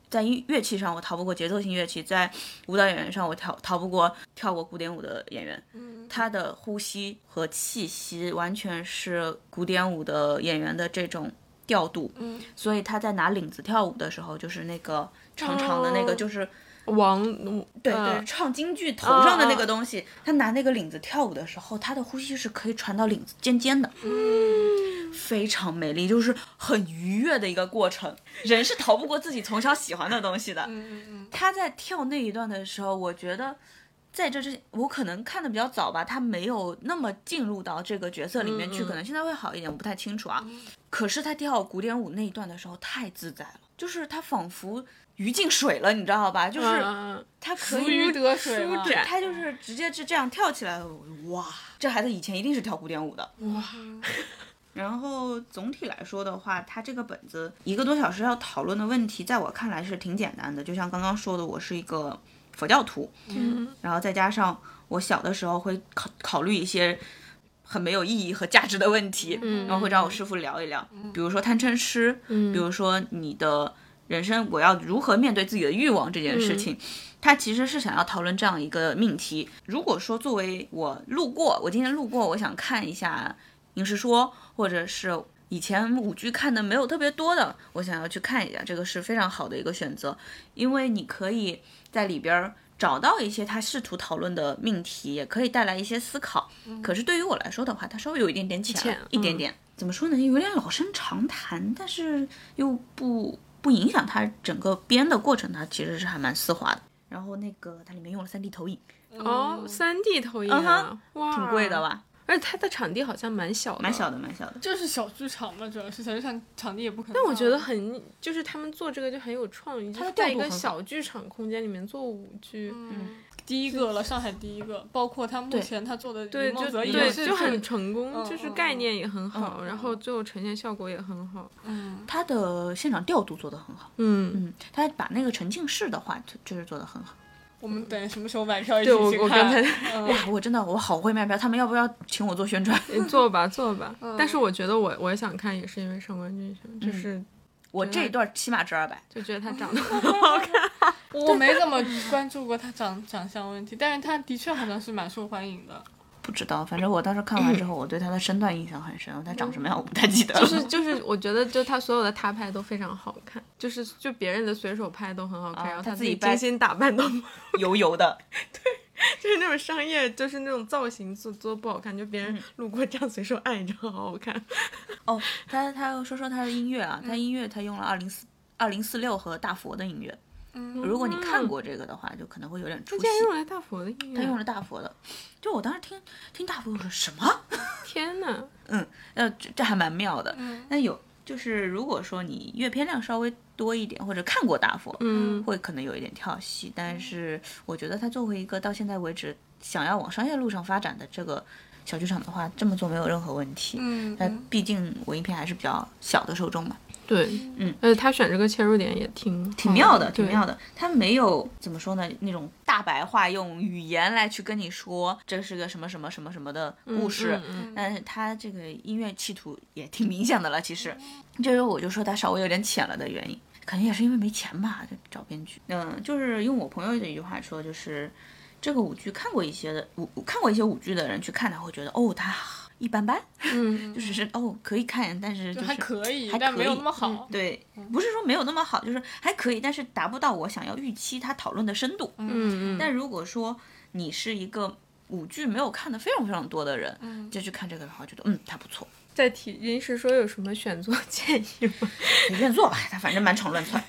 S3: 在音乐器上，我逃不过节奏性乐器；在舞蹈演员上，我逃逃不过跳过古典舞的演员。他的呼吸和气息完全是古典舞的演员的这种调度，
S1: 嗯
S3: 所以他在拿领子跳舞的时候，就是那个长长的那个，
S2: 哦
S3: 就是
S2: 王
S3: 对
S2: 嗯
S3: 对，唱京剧头上的那
S2: 啊啊
S3: 个东西，他拿那个领子跳舞的时候，他的呼吸是可以传到领子尖尖的，
S2: 嗯
S3: 非常美丽，就是很愉悦的一个过程。人是逃不过自己从小喜欢的东西的。
S1: 嗯嗯
S3: 他在跳那一段的时候，我觉得在这之我可能看的比较早吧，他没有那么进入到这个角色里面去，
S2: 嗯嗯嗯
S3: 可能现在会好一点，我不太清楚啊。可是他跳古典舞那一段的时候太自在了，就是他仿佛鱼进水了，你知道吧？就是
S2: 嗯，
S3: 他可
S1: 嗯，
S3: 以
S1: 如鱼得水
S2: 舒
S1: 嘛
S2: 展
S3: 他就是直接就这样跳起来了，我就哇，这孩子以前一定是跳古典舞的。
S2: 哇，
S3: 然后总体来说的话，他这个本子一个多小时要讨论的问题，在我看来是挺简单的。就像刚刚说的，我是一个佛教徒，
S2: 嗯
S3: 然后再加上我小的时候会考考虑一些很没有意义和价值的问题，
S2: 嗯
S3: 然后会找我师傅聊一聊，比如说贪嗔痴，
S2: 嗯
S3: 比如说你的人生我要如何面对自己的欲望这件事情，他其实是想要讨论这样一个命题。如果说作为我路过，我今天路过，我想看一下影视说，或者是以前舞剧看的没有特别多的，我想要去看一下，这个是非常好的一个选择，因为你可以在里边儿找到一些他试图讨论的命题，也可以带来一些思考。可是对于我来说的话，它稍微有一点点浅
S2: 嗯浅
S3: 了，一点
S2: 嗯
S3: 点。怎么说呢？有点老生常谈，但是又不不影响它整个编的过程，它其实是还蛮丝滑的。然后那个它里面用了 3D 投影，
S1: 嗯
S2: 哦，三 D 投影
S3: 嗯
S2: 啊
S3: 哼，
S2: 哇，
S3: 挺贵的？吧？
S2: 而且它的场地好像蛮小的，
S3: 蛮小的，蛮小的。
S2: 嗯
S1: 就是小剧场嘛，主要是小剧场场地也不可能。
S2: 但我觉得，很，就是他们做这个就很有创意，就
S3: 它
S2: 是
S3: 的
S2: 在
S3: 调
S2: 一
S3: 度
S2: 个
S3: 很好
S2: 小剧场空间里面做舞剧，
S1: 嗯，第一个了，上海第一个，包括他目
S3: 对
S1: 前他做的
S2: 对，
S1: 云
S2: 就
S1: 梦泽也
S2: 对，
S1: 是
S2: 就很成功，
S1: 嗯
S2: 就是
S1: 嗯
S2: 概
S1: 嗯
S2: 念也很好，
S3: 嗯
S2: 然后最后呈现效果也很好，
S1: 嗯
S3: 它的现场调度做得很好，
S2: 嗯。
S3: 嗯，它把那个沉浸式的话就就是做得很好。
S1: 我们等什么时候买票一起
S2: 对
S1: 去
S2: 我，
S1: 看？
S2: 我刚才
S3: 哇，我真的我好会卖票，他们要不要请我做 宣传？
S2: 做吧做吧，但是我觉得我我想看也是因为上官俊雄，就是
S3: 我这一段起码值二百。
S2: 就觉得他 长得
S1: 我没怎么关注过他长长相问题，但是他的确好像是蛮受欢迎的，
S3: 不知道，反正我当时看完之后，我对他的身段印象很深，他长什么样我不太记得了。
S2: 就是就是，我觉得就他所有的他拍都非常好看，就是就别人的随手拍都很好看，
S3: 啊
S2: 然后
S3: 他
S2: 哦自
S3: 自己
S2: 精
S3: 掰
S2: 心打扮都
S3: 油油的，
S2: 就是那种商业，就是那种造型做做不好看，就别人路过这样随手按一张，好好看。
S3: 哦， 他他要说说他的音乐啊，他音乐他用了二零四二零四六和大佛的音乐。
S1: 嗯
S3: 如果你看过这个的话，就可能会有点出
S2: 他
S3: 戏
S2: 竟。然用来啊大佛的音
S3: 他用
S2: 乐，
S3: 了大佛的，就我当时听听大佛，我说什么？
S2: 天呐，
S3: 呃，这这还蛮妙的。
S1: 嗯
S3: 那有就是如果说你阅片量稍微多一点，或者看过大佛，
S2: 嗯，
S3: 会可能有一点跳戏，但是我觉得他作为一个到现在为止想要往商业路上发展的这个小剧场的话，这么做没有任何问题。
S1: 嗯
S3: 那
S1: 嗯
S3: 毕竟文艺片还是比较小的受众嘛，
S2: 对，
S3: 嗯，
S2: 而且呃他选这个切入点也挺
S3: 挺妙的，
S2: 好
S3: 挺
S2: 嗯对
S3: 妙的。他没有怎么说呢，那种大白话用语言来去跟你说这是个什么什么什么什么的故事，
S2: 嗯嗯
S3: 但是他这个音乐企图也挺明显的了。其实，就是我就说他稍微有点浅了的原因，可能也是因为没钱吧，就找编剧。嗯，就是用我朋友的一句话说，就是这个舞剧看过一些的舞看过一些舞剧的人去看，他会觉得哦，他一般般，
S2: 嗯
S3: 就是是哦可以看，但是
S1: 就
S3: 就是
S1: 还可以，嗯
S3: 还
S1: 但
S3: 可
S1: 没有
S3: 以嗯
S1: 那么好。
S3: 对，不是说没有那么好，就是还可以，但是达不到我想要预期他讨论的深度。
S2: 嗯嗯，
S3: 但如果说你是一个舞剧没有看的非常非常多的人，
S1: 嗯
S3: 就去看这个的话，觉得嗯它不错，
S2: 再提临时说有什么选座 建议吗？
S3: 随便做吧，它反正蛮长乱窜。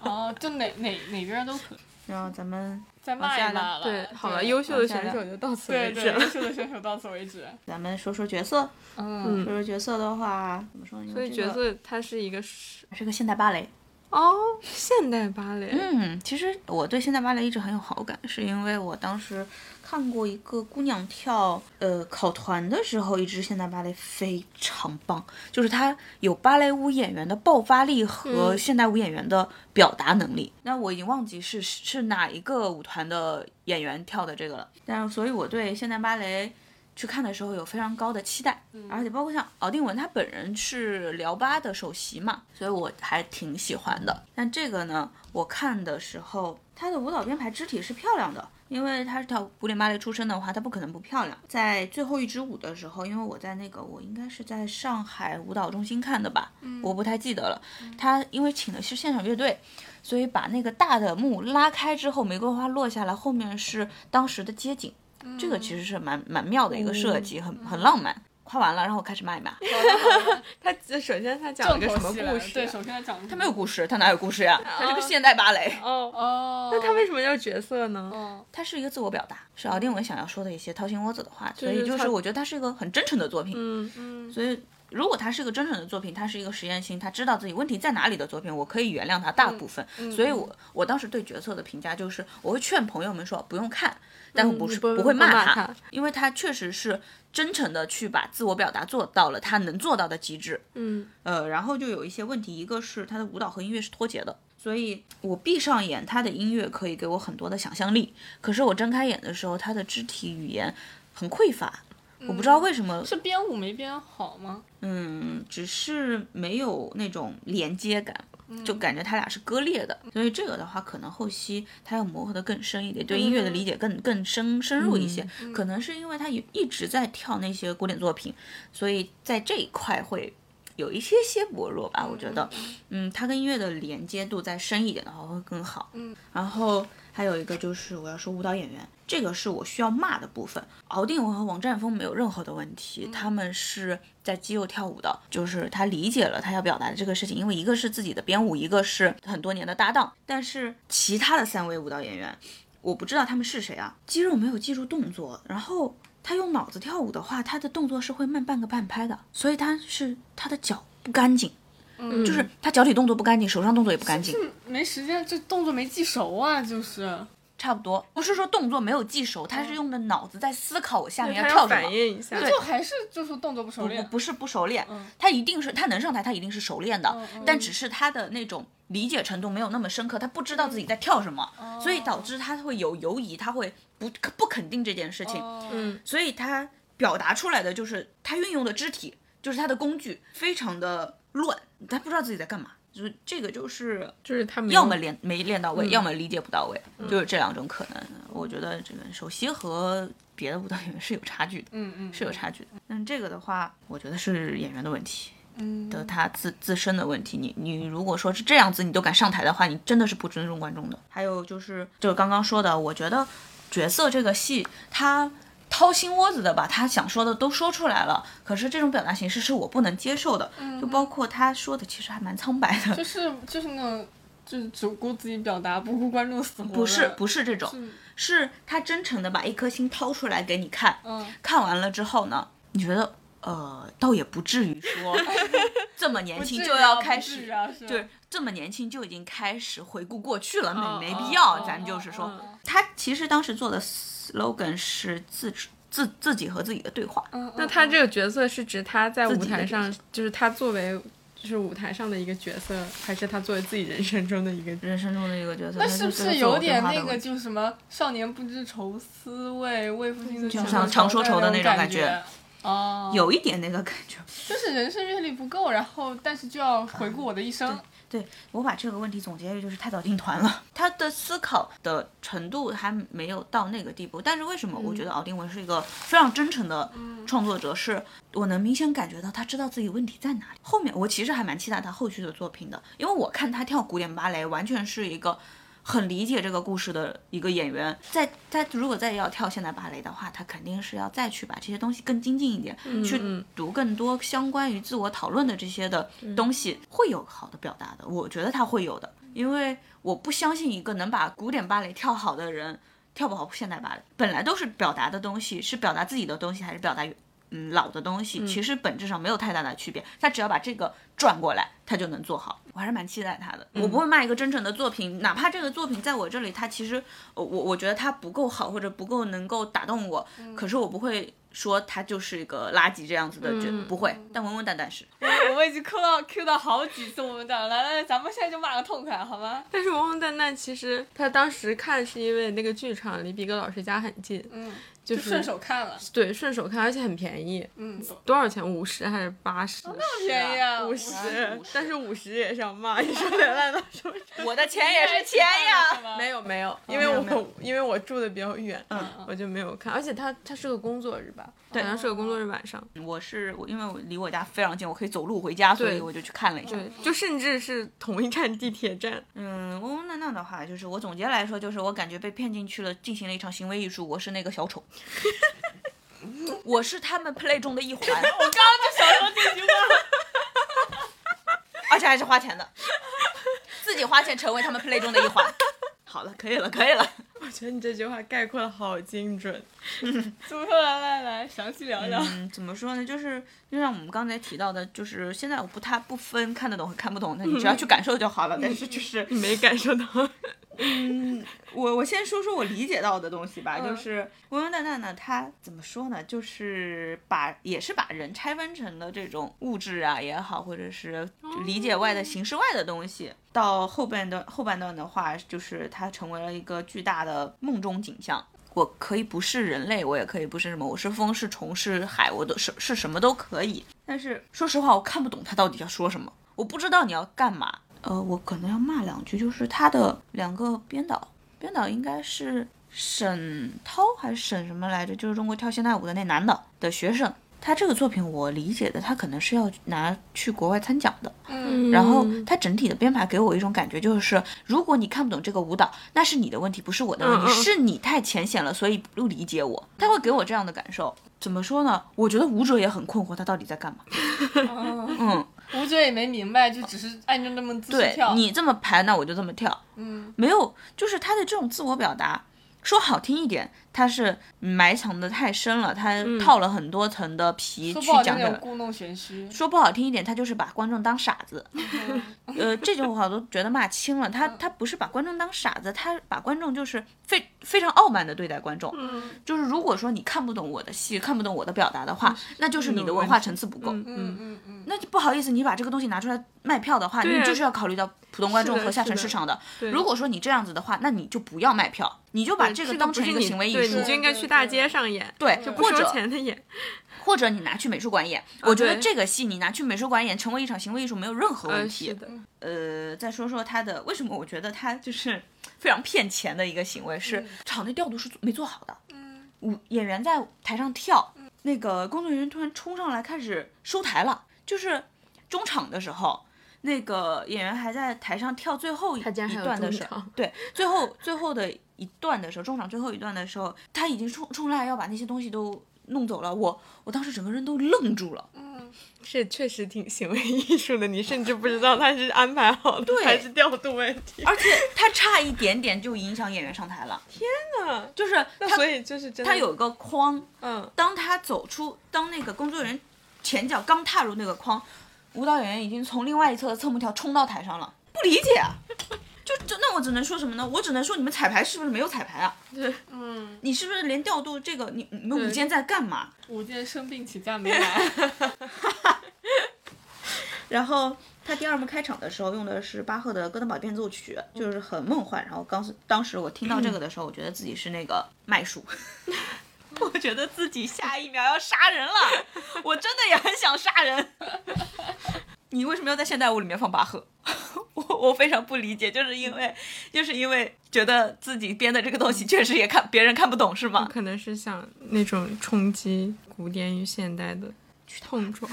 S1: 哦，就哪哪哪边都可以，
S3: 然后咱们
S1: 再骂
S3: 下
S1: 一
S3: 来
S1: 骂了。
S2: 对，好了，优秀的选手就到此为
S1: 对
S2: 止
S1: 对，
S2: 了
S1: 优。 秀的选手到此为止。
S3: 咱们说说角色，
S1: 嗯，
S3: 说说角色的话，怎么说呢？
S2: 所以
S3: 这个
S2: 角色它是一个是
S3: 是个现代芭蕾。
S2: 哦，现代芭蕾，
S3: 嗯，其实我对现代芭蕾一直很有好感，是因为我当时看过一个姑娘跳呃考团的时候，一支现代芭蕾非常棒，就是她有芭蕾舞演员的爆发力和
S2: 嗯
S3: 现代舞演员的表达能力。那我已经忘记是是哪一个舞团的演员跳的这个了，但是所以我对现代芭蕾。去看的时候有非常高的期待，而且包括像敖定文他本人是辽吧的首席嘛，所以我还挺喜欢的。但这个呢，我看的时候，他的舞蹈编排肢体是漂亮的，因为她是跳古典芭蕾出身的话，她不可能不漂亮。在最后一支舞的时候，因为我在那个我应该是在上海舞蹈中心看的吧，我不太记得了。她因为请的是现场乐队，所以把那个大的幕拉开之后，玫瑰花落下来，后面是当时的街景，
S2: 嗯
S3: 这个其实是蛮蛮妙的一个设计，很很浪漫。夸完了，然后我开始骂一骂，
S2: 他首先他讲了个什么
S1: 口气来
S2: 故
S1: 了
S2: 事？啊
S1: 对，首先他讲他
S3: 没有故事，她哪有故事呀？她是
S2: 嗯
S3: 个现代芭蕾。
S2: 哦，
S1: 哦，
S2: 那他为什么叫角色呢？
S1: 哦
S3: 它是一个自我表达，是敖定文想要说的一些掏心窝子的话，所
S2: 是
S3: 以就
S2: 他
S3: 是我觉得它是一个很真诚的作品。
S2: 嗯，
S1: 嗯，
S3: 所以如果它是一个真诚的作品，它是一个实验性，他知道自己问题在哪里的作品，我可以原谅他大部分。所以我我当时对角色的评价就是，我会劝朋友们说不用看，但我不是、
S2: 你不
S3: 不会
S2: 不
S3: 骂
S2: 骂
S3: 他
S2: 他
S3: 因为他确实是真诚的去把自我表达做到了他能做到的极致。
S2: 嗯，
S3: 呃，然后就有一些问题，一个是他的舞蹈和音乐是脱节的，所以我闭上眼，他的音乐可以给我很多的想象力，可是我睁开眼的时候，他的肢体语言很匮乏，我不知道为什么，
S1: 是编舞没编好吗？
S3: 嗯，只是没有那种连接感。就感觉他俩是割裂的，所以这个的话，可能后期他要磨合的更深一点，对音乐的理解更更深深入一些。可能是因为他也一直在跳那些古典作品，所以在这一块会有一些些薄弱吧。我觉得，嗯，他跟音乐的连接度再深一点的话会更好。嗯，然后还有一个就是我要说舞蹈演员，这个是我需要骂的部分。敖定文和王占峰没有任何的问
S2: 嗯
S3: 题，他们是在肌肉跳舞的，就是他理解了他要表达的这个事情，因为一个是自己的编舞，一个是很多年的搭档，但是其他的三位舞蹈演员。我不知道他们是谁啊，肌肉没有记住动作，然后他用脑子跳舞的话，他的动作是会慢半个半拍的，所以他是他的脚不干净，
S1: 嗯
S3: 就是他脚底动作不干净，手上动作也不干净，
S1: 没时间，这动作没记熟啊，就是。
S3: 差不多。不是说动作没有记熟，他是用的脑子在思考我下面
S2: 嗯他
S3: 要
S2: 要
S3: 跳什
S2: 反
S3: 么。
S2: 应一下，
S1: 就还是就是动作不熟
S3: 不
S1: 练，
S3: 不是不熟练，他一定是他能上台，他一定是熟练的，但只是他的那种理解程度没有那么深刻，他不知道自己在跳什么，所以导致他会有犹疑，他会不不肯定这件事情。
S1: 嗯，
S3: 所以他表达出来的就是他运用的肢体，就是他的工具，非常的乱，他不知道自己在干嘛。就是这个，就是
S2: 就是他没有
S3: 要么练没练到位，要么理解不到位，就是这两种可能。我觉得这个首席和别的舞蹈演员是有差距的，
S1: 嗯嗯，
S3: 是有差距的。但这个的话，我觉得是演员的问题，
S1: 嗯
S3: 的他自自身的问题。你你如果说是这样子，你都敢上台的话，你真的是不尊重观众的。还有就是，就是刚刚说的，我觉得角色这个戏，他掏心窝子的把他想说的都说出来了，可是这种表达形式是我不能接受的。就包括他说的，其实还蛮苍白的，
S1: 就是就是那种就是只顾自己表达，不顾观众死活的。
S3: 不是不是这种，是他真诚的把一颗心掏出来给你看，
S1: 嗯，
S3: 看完了之后呢，你觉得呃，倒也不至于 说这么年轻就要开
S1: 不至
S3: 始
S1: 于啊，是吧
S3: 对，这么年轻就已经开始回顾过去了，
S1: 哦
S3: 没没
S1: 哦
S3: 必要。
S1: 哦
S3: 咱就是说，
S1: 哦哦
S3: 他其实当时做的 slogan 是自自自己和自己的对话，
S1: 嗯，
S2: 那
S1: 嗯
S2: 他
S1: 嗯
S2: 这个角色是指他在
S3: 自
S2: 舞
S3: 己的
S2: 台
S3: 角
S2: 上，就是他作为就是舞台上的一个角色，还是他作为自己人生中的一个？
S3: 人生中的一个角色。
S1: 那
S3: 他
S1: 是不
S3: 做了
S1: 是
S3: 自我
S1: 有
S3: 对
S1: 点
S3: 话
S1: 那
S3: 的
S1: 个
S3: 问题
S1: 就是什么少年不知愁思味，为赋新词
S2: 就
S1: 强
S2: 像
S3: 常说愁
S1: 的
S3: 的那
S1: 种
S3: 种
S1: 感
S3: 感觉？
S1: 哦，
S3: 有一点那个感觉？
S1: 就是人生阅历不够，然后但是就要回顾我的一生。
S3: 对我把这个问题总结一句，就是太早定团了。他的思考的程度还没有到那个地步，但是为什么我觉得敖定文是一个非常真诚的创作者？是我能明显感觉到他知道自己问题在哪里。后面我其实还蛮期待他后续的作品的，因为我看他跳古典芭蕾，完全是一个。很理解这个故事的一个演员，在他如果再要跳现代芭蕾的话，他肯定是要再去把这些东西更精进一点，
S2: 嗯
S3: 去读更多相关于自我讨论的这些的东西，会有好的表达的。我觉得他会有的，因为我不相信一个能把古典芭蕾跳好的人跳不好现代芭蕾。本来都是表达的东西，是表达自己的东西，还是表达嗯老的东西，其实本质上没有太大的区别。他只要把这个转过来，他就能做好。我还是蛮期待他的。我不会骂一个真诚的作品，哪怕这个作品在我这里，它其实呃我我觉得它不够好，或者不够能够打动我，可是我不会。说它就是一个垃圾这样子的，就不会，但稳稳当当是。
S1: 我们已经 Q 到 Q 到好几次，我们讲来来来，咱们现在就骂个痛快好吗？
S2: 但是《王王蛋蛋》其实他当时看是因为那个剧场离比格老师家很近，
S1: 嗯，
S2: 就
S1: 就是顺手看了，
S2: 对顺手看，而且很便宜，
S1: 嗯，
S2: 多少钱？五十还是八十？
S1: 便宜啊，
S2: 五
S1: 五
S2: 十
S3: 50，
S2: 但是五十也想骂，你说得烂到什么程
S3: 我的
S1: 哎
S3: 钱也是钱 呀。
S2: 度？没
S1: 有，
S2: 有没有，因为
S3: 没有
S2: 我、
S3: 没有
S2: 因为我住的比较远，
S3: 嗯
S2: 我就没有看。而且他他是个工作日吧？
S3: 对
S2: 好像是个工作日晚上。
S3: 我是我，因为我离我家非常近，我可以走路回家，所以
S2: 对
S3: 我就去看了一下。
S2: 对，就甚至是同一站地铁站。
S3: 嗯，嗡嗡娜娜的话，就是我总结来说，就是我感觉被骗进去了，进行了一场行为艺术，我是那个小丑， 我是他们 play 中的一 环，
S1: 我刚刚就想说这句话，
S3: 而且还是花钱的，自己花钱成为他们 play 中的一环。 好了，可以了，可以了。
S2: 我觉得你这句话概括的好精准。
S1: 怎么说 来来来，详细聊聊。
S3: 嗯，怎么说呢？就是就像我们刚才提到的，就是现在我不它不分看得懂和看不懂，那你只要去感受就好了。但是就是
S2: 你没感受到？
S3: 嗯我我先说说我理解到的东西吧，就是温温蛋蛋呢，它怎么说呢？就是把也是把人拆分成了这种物质啊也好，或者是就理解外的形式外的东西。到后半段后半段的话，就是它成为了一个巨大的梦中景象。我可以不是人类，我也可以不是什么，我是风是虫是海，我都是是什么都可以。但是说实话，我看不懂他到底要说什么，我不知道你要干嘛。呃，我可能要骂两句，就是他的两个编导，编导应该是沈涛还是沈什么来着？就是中国跳现代舞的那男的的学生。他这个作品我理解的，他可能是要拿去国外参奖的。
S1: 嗯
S3: 然后它整体的编排给我一种感觉，就是如果你看不懂这个舞蹈，那是你的问题，不是我的问题，
S2: 嗯嗯
S3: 是你太浅显了，所以不理解我。他会给我这样的感受。怎么说呢？我觉得舞者也很困惑，他到底在干嘛？
S1: 嗯，
S3: 嗯，
S1: 吴哲也没明白，就只是按照那么姿势
S3: 对
S1: 跳。
S3: 你这么排，那我就这么跳。
S1: 嗯，
S3: 没有，就是他的这种自我表达，说好听一点，他是埋藏的太深了，他套了很多层的皮
S1: 嗯说
S3: 去
S1: 不好听
S3: 讲给
S1: 点
S3: 了。
S1: 故弄玄虚。
S3: 说不好听一点，他就是把观众当傻子。
S1: 嗯
S3: 呃，这种话我都觉得骂轻了。他他不是把观众当傻子，他把观众就是非非常傲慢的对待观众。
S2: 嗯
S3: 就是如果说你看不懂我的戏，看不懂我的表达的话，那就是你的文化层次不够。
S2: 嗯
S1: 嗯
S2: 嗯，
S1: 嗯嗯，
S3: 那就不好意思，你把这个东西拿出来卖票的话，
S2: 对啊
S3: 你就是要考虑到普通观众
S2: 是的
S3: 和下沉
S2: 是的
S3: 市场的。
S2: 对
S3: 如果说你这样子的话，那你就不要卖票，你就把这
S2: 这
S3: 个当
S2: 不
S3: 成
S2: 是
S3: 一个
S2: 你
S3: 行为艺
S2: 对
S3: 术
S2: 你，就应该去大街上演，
S3: 对，
S1: 就
S2: 不
S3: 或
S2: 收
S3: 者
S2: 钱的演。
S3: 或者你拿去美术馆演。我觉得
S2: 对
S3: 这个戏你拿去美术馆演，成为一场行为艺术没有任何问
S2: 嗯，
S3: 题。
S2: 是的，
S3: 呃，再说说他的为什么？我觉得他就是 非常骗钱的一个行为，
S2: 嗯
S3: 是场内调度是做没做好的。
S1: 嗯，
S3: 舞演员在台上跳，那个工作人员突然冲上来开始收台了，就是中场的时候。那个演员还在台上跳最后一
S2: 他竟然还有
S3: 段的
S2: 中
S3: 时候
S2: 场，
S3: 对，最后最后的一段的时候，中场最后一段的时候，他已经冲冲来要把那些东西都弄走了，我我当时整个人都愣住了，
S2: 嗯这确实挺行为艺术的，你甚至不知道他是安排好的
S3: 对
S2: 还是调度问题。
S3: 而且他差一点点就影响演员上台了，
S2: 啊
S3: 就是
S2: 那
S3: 他
S2: 所以就是真的，
S3: 他有一个框，
S2: 嗯，
S3: 当他走出，当那个工作人员前脚刚踏入那个框，舞蹈演员已经从另外一侧的侧幕条冲到台上了，不理解啊！就就那我只能说什么呢？我只能说你们彩排是不是没有彩排啊？
S2: 对，
S3: 你是不是连调度这个你你们
S2: 对
S3: 午间在干嘛？
S1: 舞剑生病请假没 来。
S3: 然后他第二幕开场的时候用的是巴赫的《哥德堡变奏曲》，就是很梦幻。然后当时当时我听到这个的时候，我觉得自己是那个麦叔， 我觉得自己下一秒要杀人了，我真的也很想杀人。 你为什么要在现代舞里面放巴赫？ 我我非常不理解，就是因为就是因为觉得自己编的这个东西确实也看别人看不懂是吗？
S2: 可能是想那种冲击古典与现代的碰撞。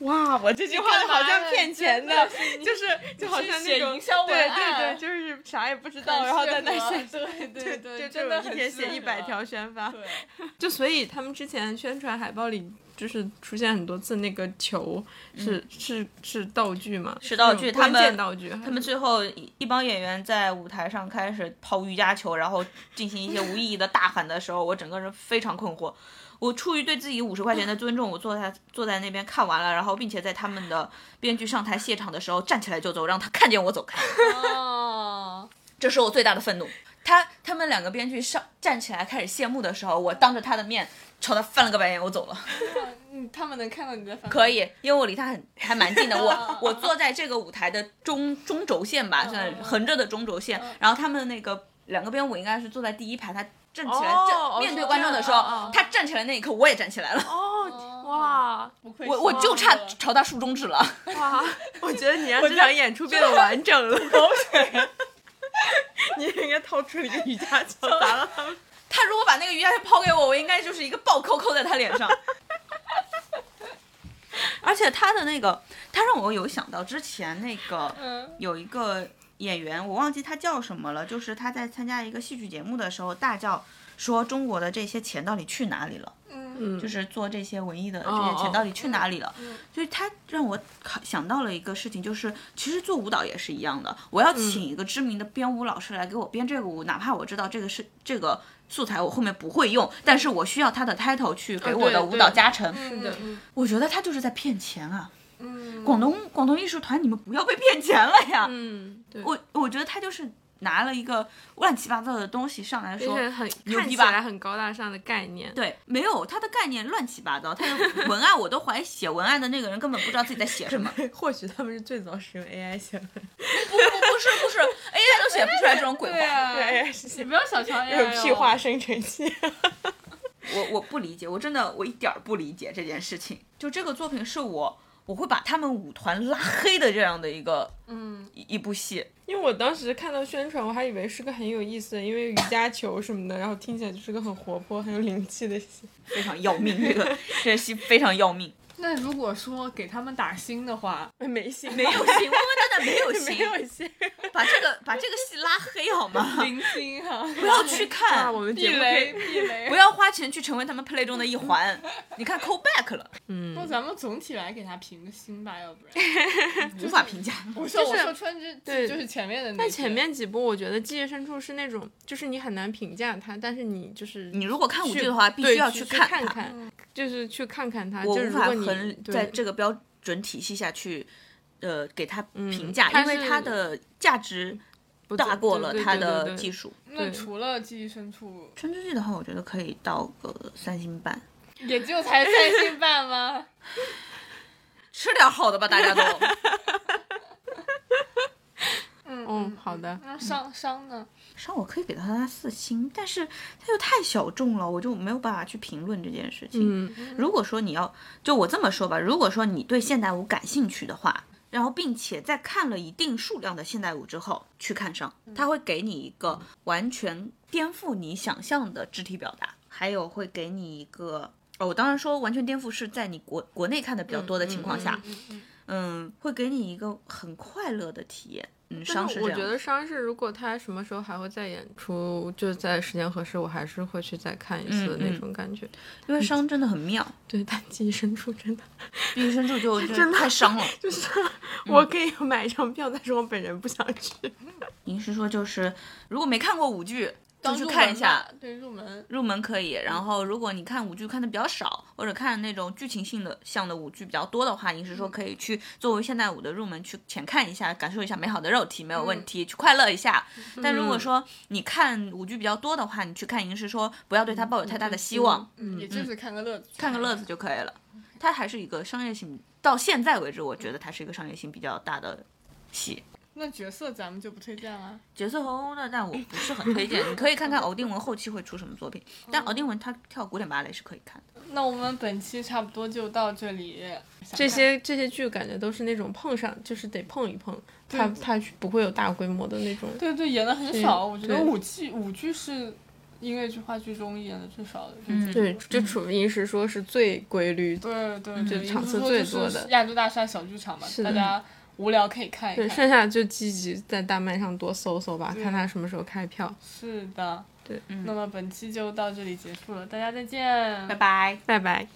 S2: 哇，我这句话就好像骗钱的，就是就好像那
S1: 写
S2: 种
S1: 营销文
S2: 对对
S1: 案
S2: 对，就是啥也不知道，然后在那 写。
S1: 对对对，
S2: 就
S1: 真的
S2: 一
S1: 很
S2: 天
S1: 适合
S2: 写一百条。宣发，
S1: 对，
S2: 就所以他们之前宣传海报里就是出现很多次那个球是、是是道具嘛，是
S3: 道具他
S2: 关键
S3: 们
S2: 道具，嗯
S3: 他们最后一一帮演员在舞台上开始抛瑜伽球，然后进行一些无意义的大喊的时候，我整个人非常困惑。我出于对自己五十块钱的尊重，我坐在坐在那边看完了，然后并且在他们的编剧上台谢场的时候站起来就走，让他看见我走开，
S1: 哦，
S3: 这是我最大的愤怒。他他们两个编剧上站起来开始谢幕的时候，我当着他的面朝他翻了个白眼，我走了。
S1: 嗯，他们能看到你在翻。
S3: 可以，因为我离 他很还蛮近的，
S2: 嗯
S3: 我我坐在这个舞台的中中轴线吧，算
S1: 嗯嗯
S3: 横着的中轴线。然后他们那个两个编舞应该是坐在第一排，他站起来
S2: 哦
S3: 站
S2: 哦
S3: 面对
S2: 是
S3: 观众的时
S2: 这样哦
S3: 候
S2: 哦，
S3: 他站起来那一刻，我也站起来了。
S2: 哦，哇
S1: 不愧
S3: 我
S1: 是
S3: 我就差
S1: 王者
S3: 朝他竖中指了，
S2: 哇！我觉得你让这场演出变得完整了。 你应该掏出一个瑜伽球砸了他们。
S3: 他如果把那个瑜伽球抛给我，我应该就是一个暴扣扣在他脸上。而且他的那个，他让我有想到之前那个，
S1: 嗯
S3: 有一个演员，我忘记他叫什么了，就是他在参加一个戏剧节目的时候大叫说中国的这些钱到底去哪里了？
S1: 嗯
S3: 就是做这些文艺的这
S2: 哦
S3: 些钱
S2: 哦
S3: 到底去哪里了？
S1: 嗯
S3: 所以他让我考想到了一个事情，就是其实做舞蹈也是一样的，我
S2: 嗯
S3: 要请一个知名的编舞老师来给我编这个舞，哪怕我知道这个是这个。素材我后面不会用，但是我需要他的 title 去给我的
S2: 哦对
S3: 舞蹈
S2: 对
S3: 加成。
S1: 嗯
S2: 是的
S1: 嗯
S3: 我觉得他就是在骗钱啊！
S1: 嗯，
S3: 广东广东艺术团，你们不要被骗钱了呀！
S2: 嗯，对，
S3: 我我觉得他就是拿了一个乱七八糟的东西上来
S2: 就
S3: 说，
S2: 是很
S3: 牛
S2: 看
S3: 逼
S2: 起
S3: 吧
S2: 来很高大上的概念。
S3: 对，没有他的概念乱七八糟，他 的文案我都怀疑写文案的那个人根本不知道自己在写什么，不
S2: 或许他们是最早使用 AI 写的。
S3: 不是 不是，AI 都写不出来这种鬼
S1: 对
S3: 话，
S2: 呃
S1: 啊，你不要小瞧 AI 哦
S2: 生成器。
S3: 我我不理解，我真的我一点儿不理解这件事情，就这个作品是我我会把他们舞团拉黑的这样的一个
S1: 嗯，
S3: 一一部戏，
S2: 因为我当时看到宣传，我还以为是个很有意思的，因为瑜伽球什么的，然后听起来就是个很活泼、很有灵气的戏。
S3: 非常要命，这个这戏非常要命，
S1: 那如果说给他们打星的 话，
S2: 没戏，
S3: 没有心，温温淡淡没有
S2: 没
S3: 心，
S2: 有戏。
S3: 把这个把这个戏拉黑好吗？
S1: 零星啊哈，
S3: 不要去看，
S2: 啊，我们
S1: 避
S2: 节目可
S1: 雷
S2: 以。
S1: 避雷
S3: 不。要花钱去成为他们 play 中的一环。你看 call back 了，
S1: 那
S2: 嗯，
S1: 咱们总体来给他评个星吧，要不然
S3: 哎无法评价。
S1: 我说
S2: 就
S1: 我
S2: 是
S1: 说穿之
S2: 对
S1: 就是前面的那
S2: 但
S1: 些
S2: 前面几部我觉得记忆深处是那种，就是你很难评价它，但是你就是
S3: 你如果看舞
S2: 去
S3: 剧的话，必
S2: 对
S3: 须要
S2: 去
S3: 去
S2: 看
S3: 看它。嗯
S2: 看，就是去看看它。
S3: 我
S2: 就是
S3: 无
S2: 如
S3: 法
S2: 果你
S3: 衡
S2: 对
S3: 在这个标准体系下去，呃，给他评价，
S2: 嗯它
S3: 因为
S2: 是
S3: 它的价值
S2: 不
S3: 大过了它的技
S2: 术。
S3: 术。
S1: 那
S2: 对
S1: 除了记忆深处，
S3: 春之剧的话，我觉得可以到个三星半，
S1: 也就才三星半吗？
S3: 吃点好的吧，大 家都。
S1: 嗯
S2: 嗯，好的。
S1: 那伤伤呢？
S3: 上我可以给他四星，但是它又太小众了，我就没有办法去评论这件事情。
S2: 嗯，
S3: 如果说你要，就我这么说吧，如果说你对现代舞感兴趣的话，然后并且在看了一定数量的现代舞之后去看上，它会给你一个完全颠覆你想象的肢体表达，还有会给你一个。哦，我当然说完全颠覆是在你国国内看的比较多的情况下，
S1: 嗯嗯
S3: 嗯会给你一个很快乐的体验。嗯，
S2: 但
S3: 伤
S2: 是
S3: 是
S2: 我
S3: 这
S2: 觉
S3: 样。
S2: 得商事如果他什么时候还会再演出，就在时间合适，我还是会去再看一次的
S3: 嗯
S2: 那
S3: 嗯
S2: 种感觉。
S3: 因为伤真的很妙，
S2: 对，但记忆深处真的，
S3: 毕竟深处就真的太伤了。
S2: 就是我可以买一张票，但是我本人不想去。
S3: 您是说就是如果没看过舞剧，就
S1: 当
S3: 去
S1: 入
S3: 看
S1: 门
S3: 一下
S1: 吧，对入门。
S3: 入门可以，然后如果你看舞剧看的比较少，或者看那种剧情性的像的舞剧比较多的话，你是说可以去作为现代舞的入门去浅看一下，感受一下美好的肉体，没有问题，去快乐一下。但如果说你看舞剧比较多的话，你去看银是说不要对它抱有太大的希望，
S1: 嗯，也就是看个乐子，
S3: 看个乐子就可以了。它还是一个商业性，到现在为止，我觉得它是一个商业性比较大的戏。
S1: 那角色咱们就不推荐了。
S3: 角 色红红的，但我不是很推荐。你可以看 看敖定文后期会出什么作品，但敖定文他跳古典芭蕾是可以看的。
S1: 那我们本期差不多就到这里。
S2: 这些这些剧感觉都是那种碰上，就是得碰一碰，它它不会有大规模的那种。
S1: 对对演的很少，我觉得
S2: 对
S1: 舞剧舞剧是音乐剧、话剧中演的最少的这
S3: 嗯
S1: 种。
S2: 对，就除了银石说是最规律，
S1: 对对对，
S2: 场次
S1: 也就是
S2: 最
S1: 说就
S2: 多
S1: 是
S2: 的
S1: 亚洲大厦小剧场嘛，
S2: 是
S1: 大
S2: 的
S1: 家无聊可以看一
S2: 对，
S1: 看。
S2: 剩下就积极在大麦上多搜搜吧，看它什么时候开票。
S1: 是的，
S2: 对
S1: 那么本期就到这里结束了，大家再见，
S3: 拜拜。
S2: 拜拜。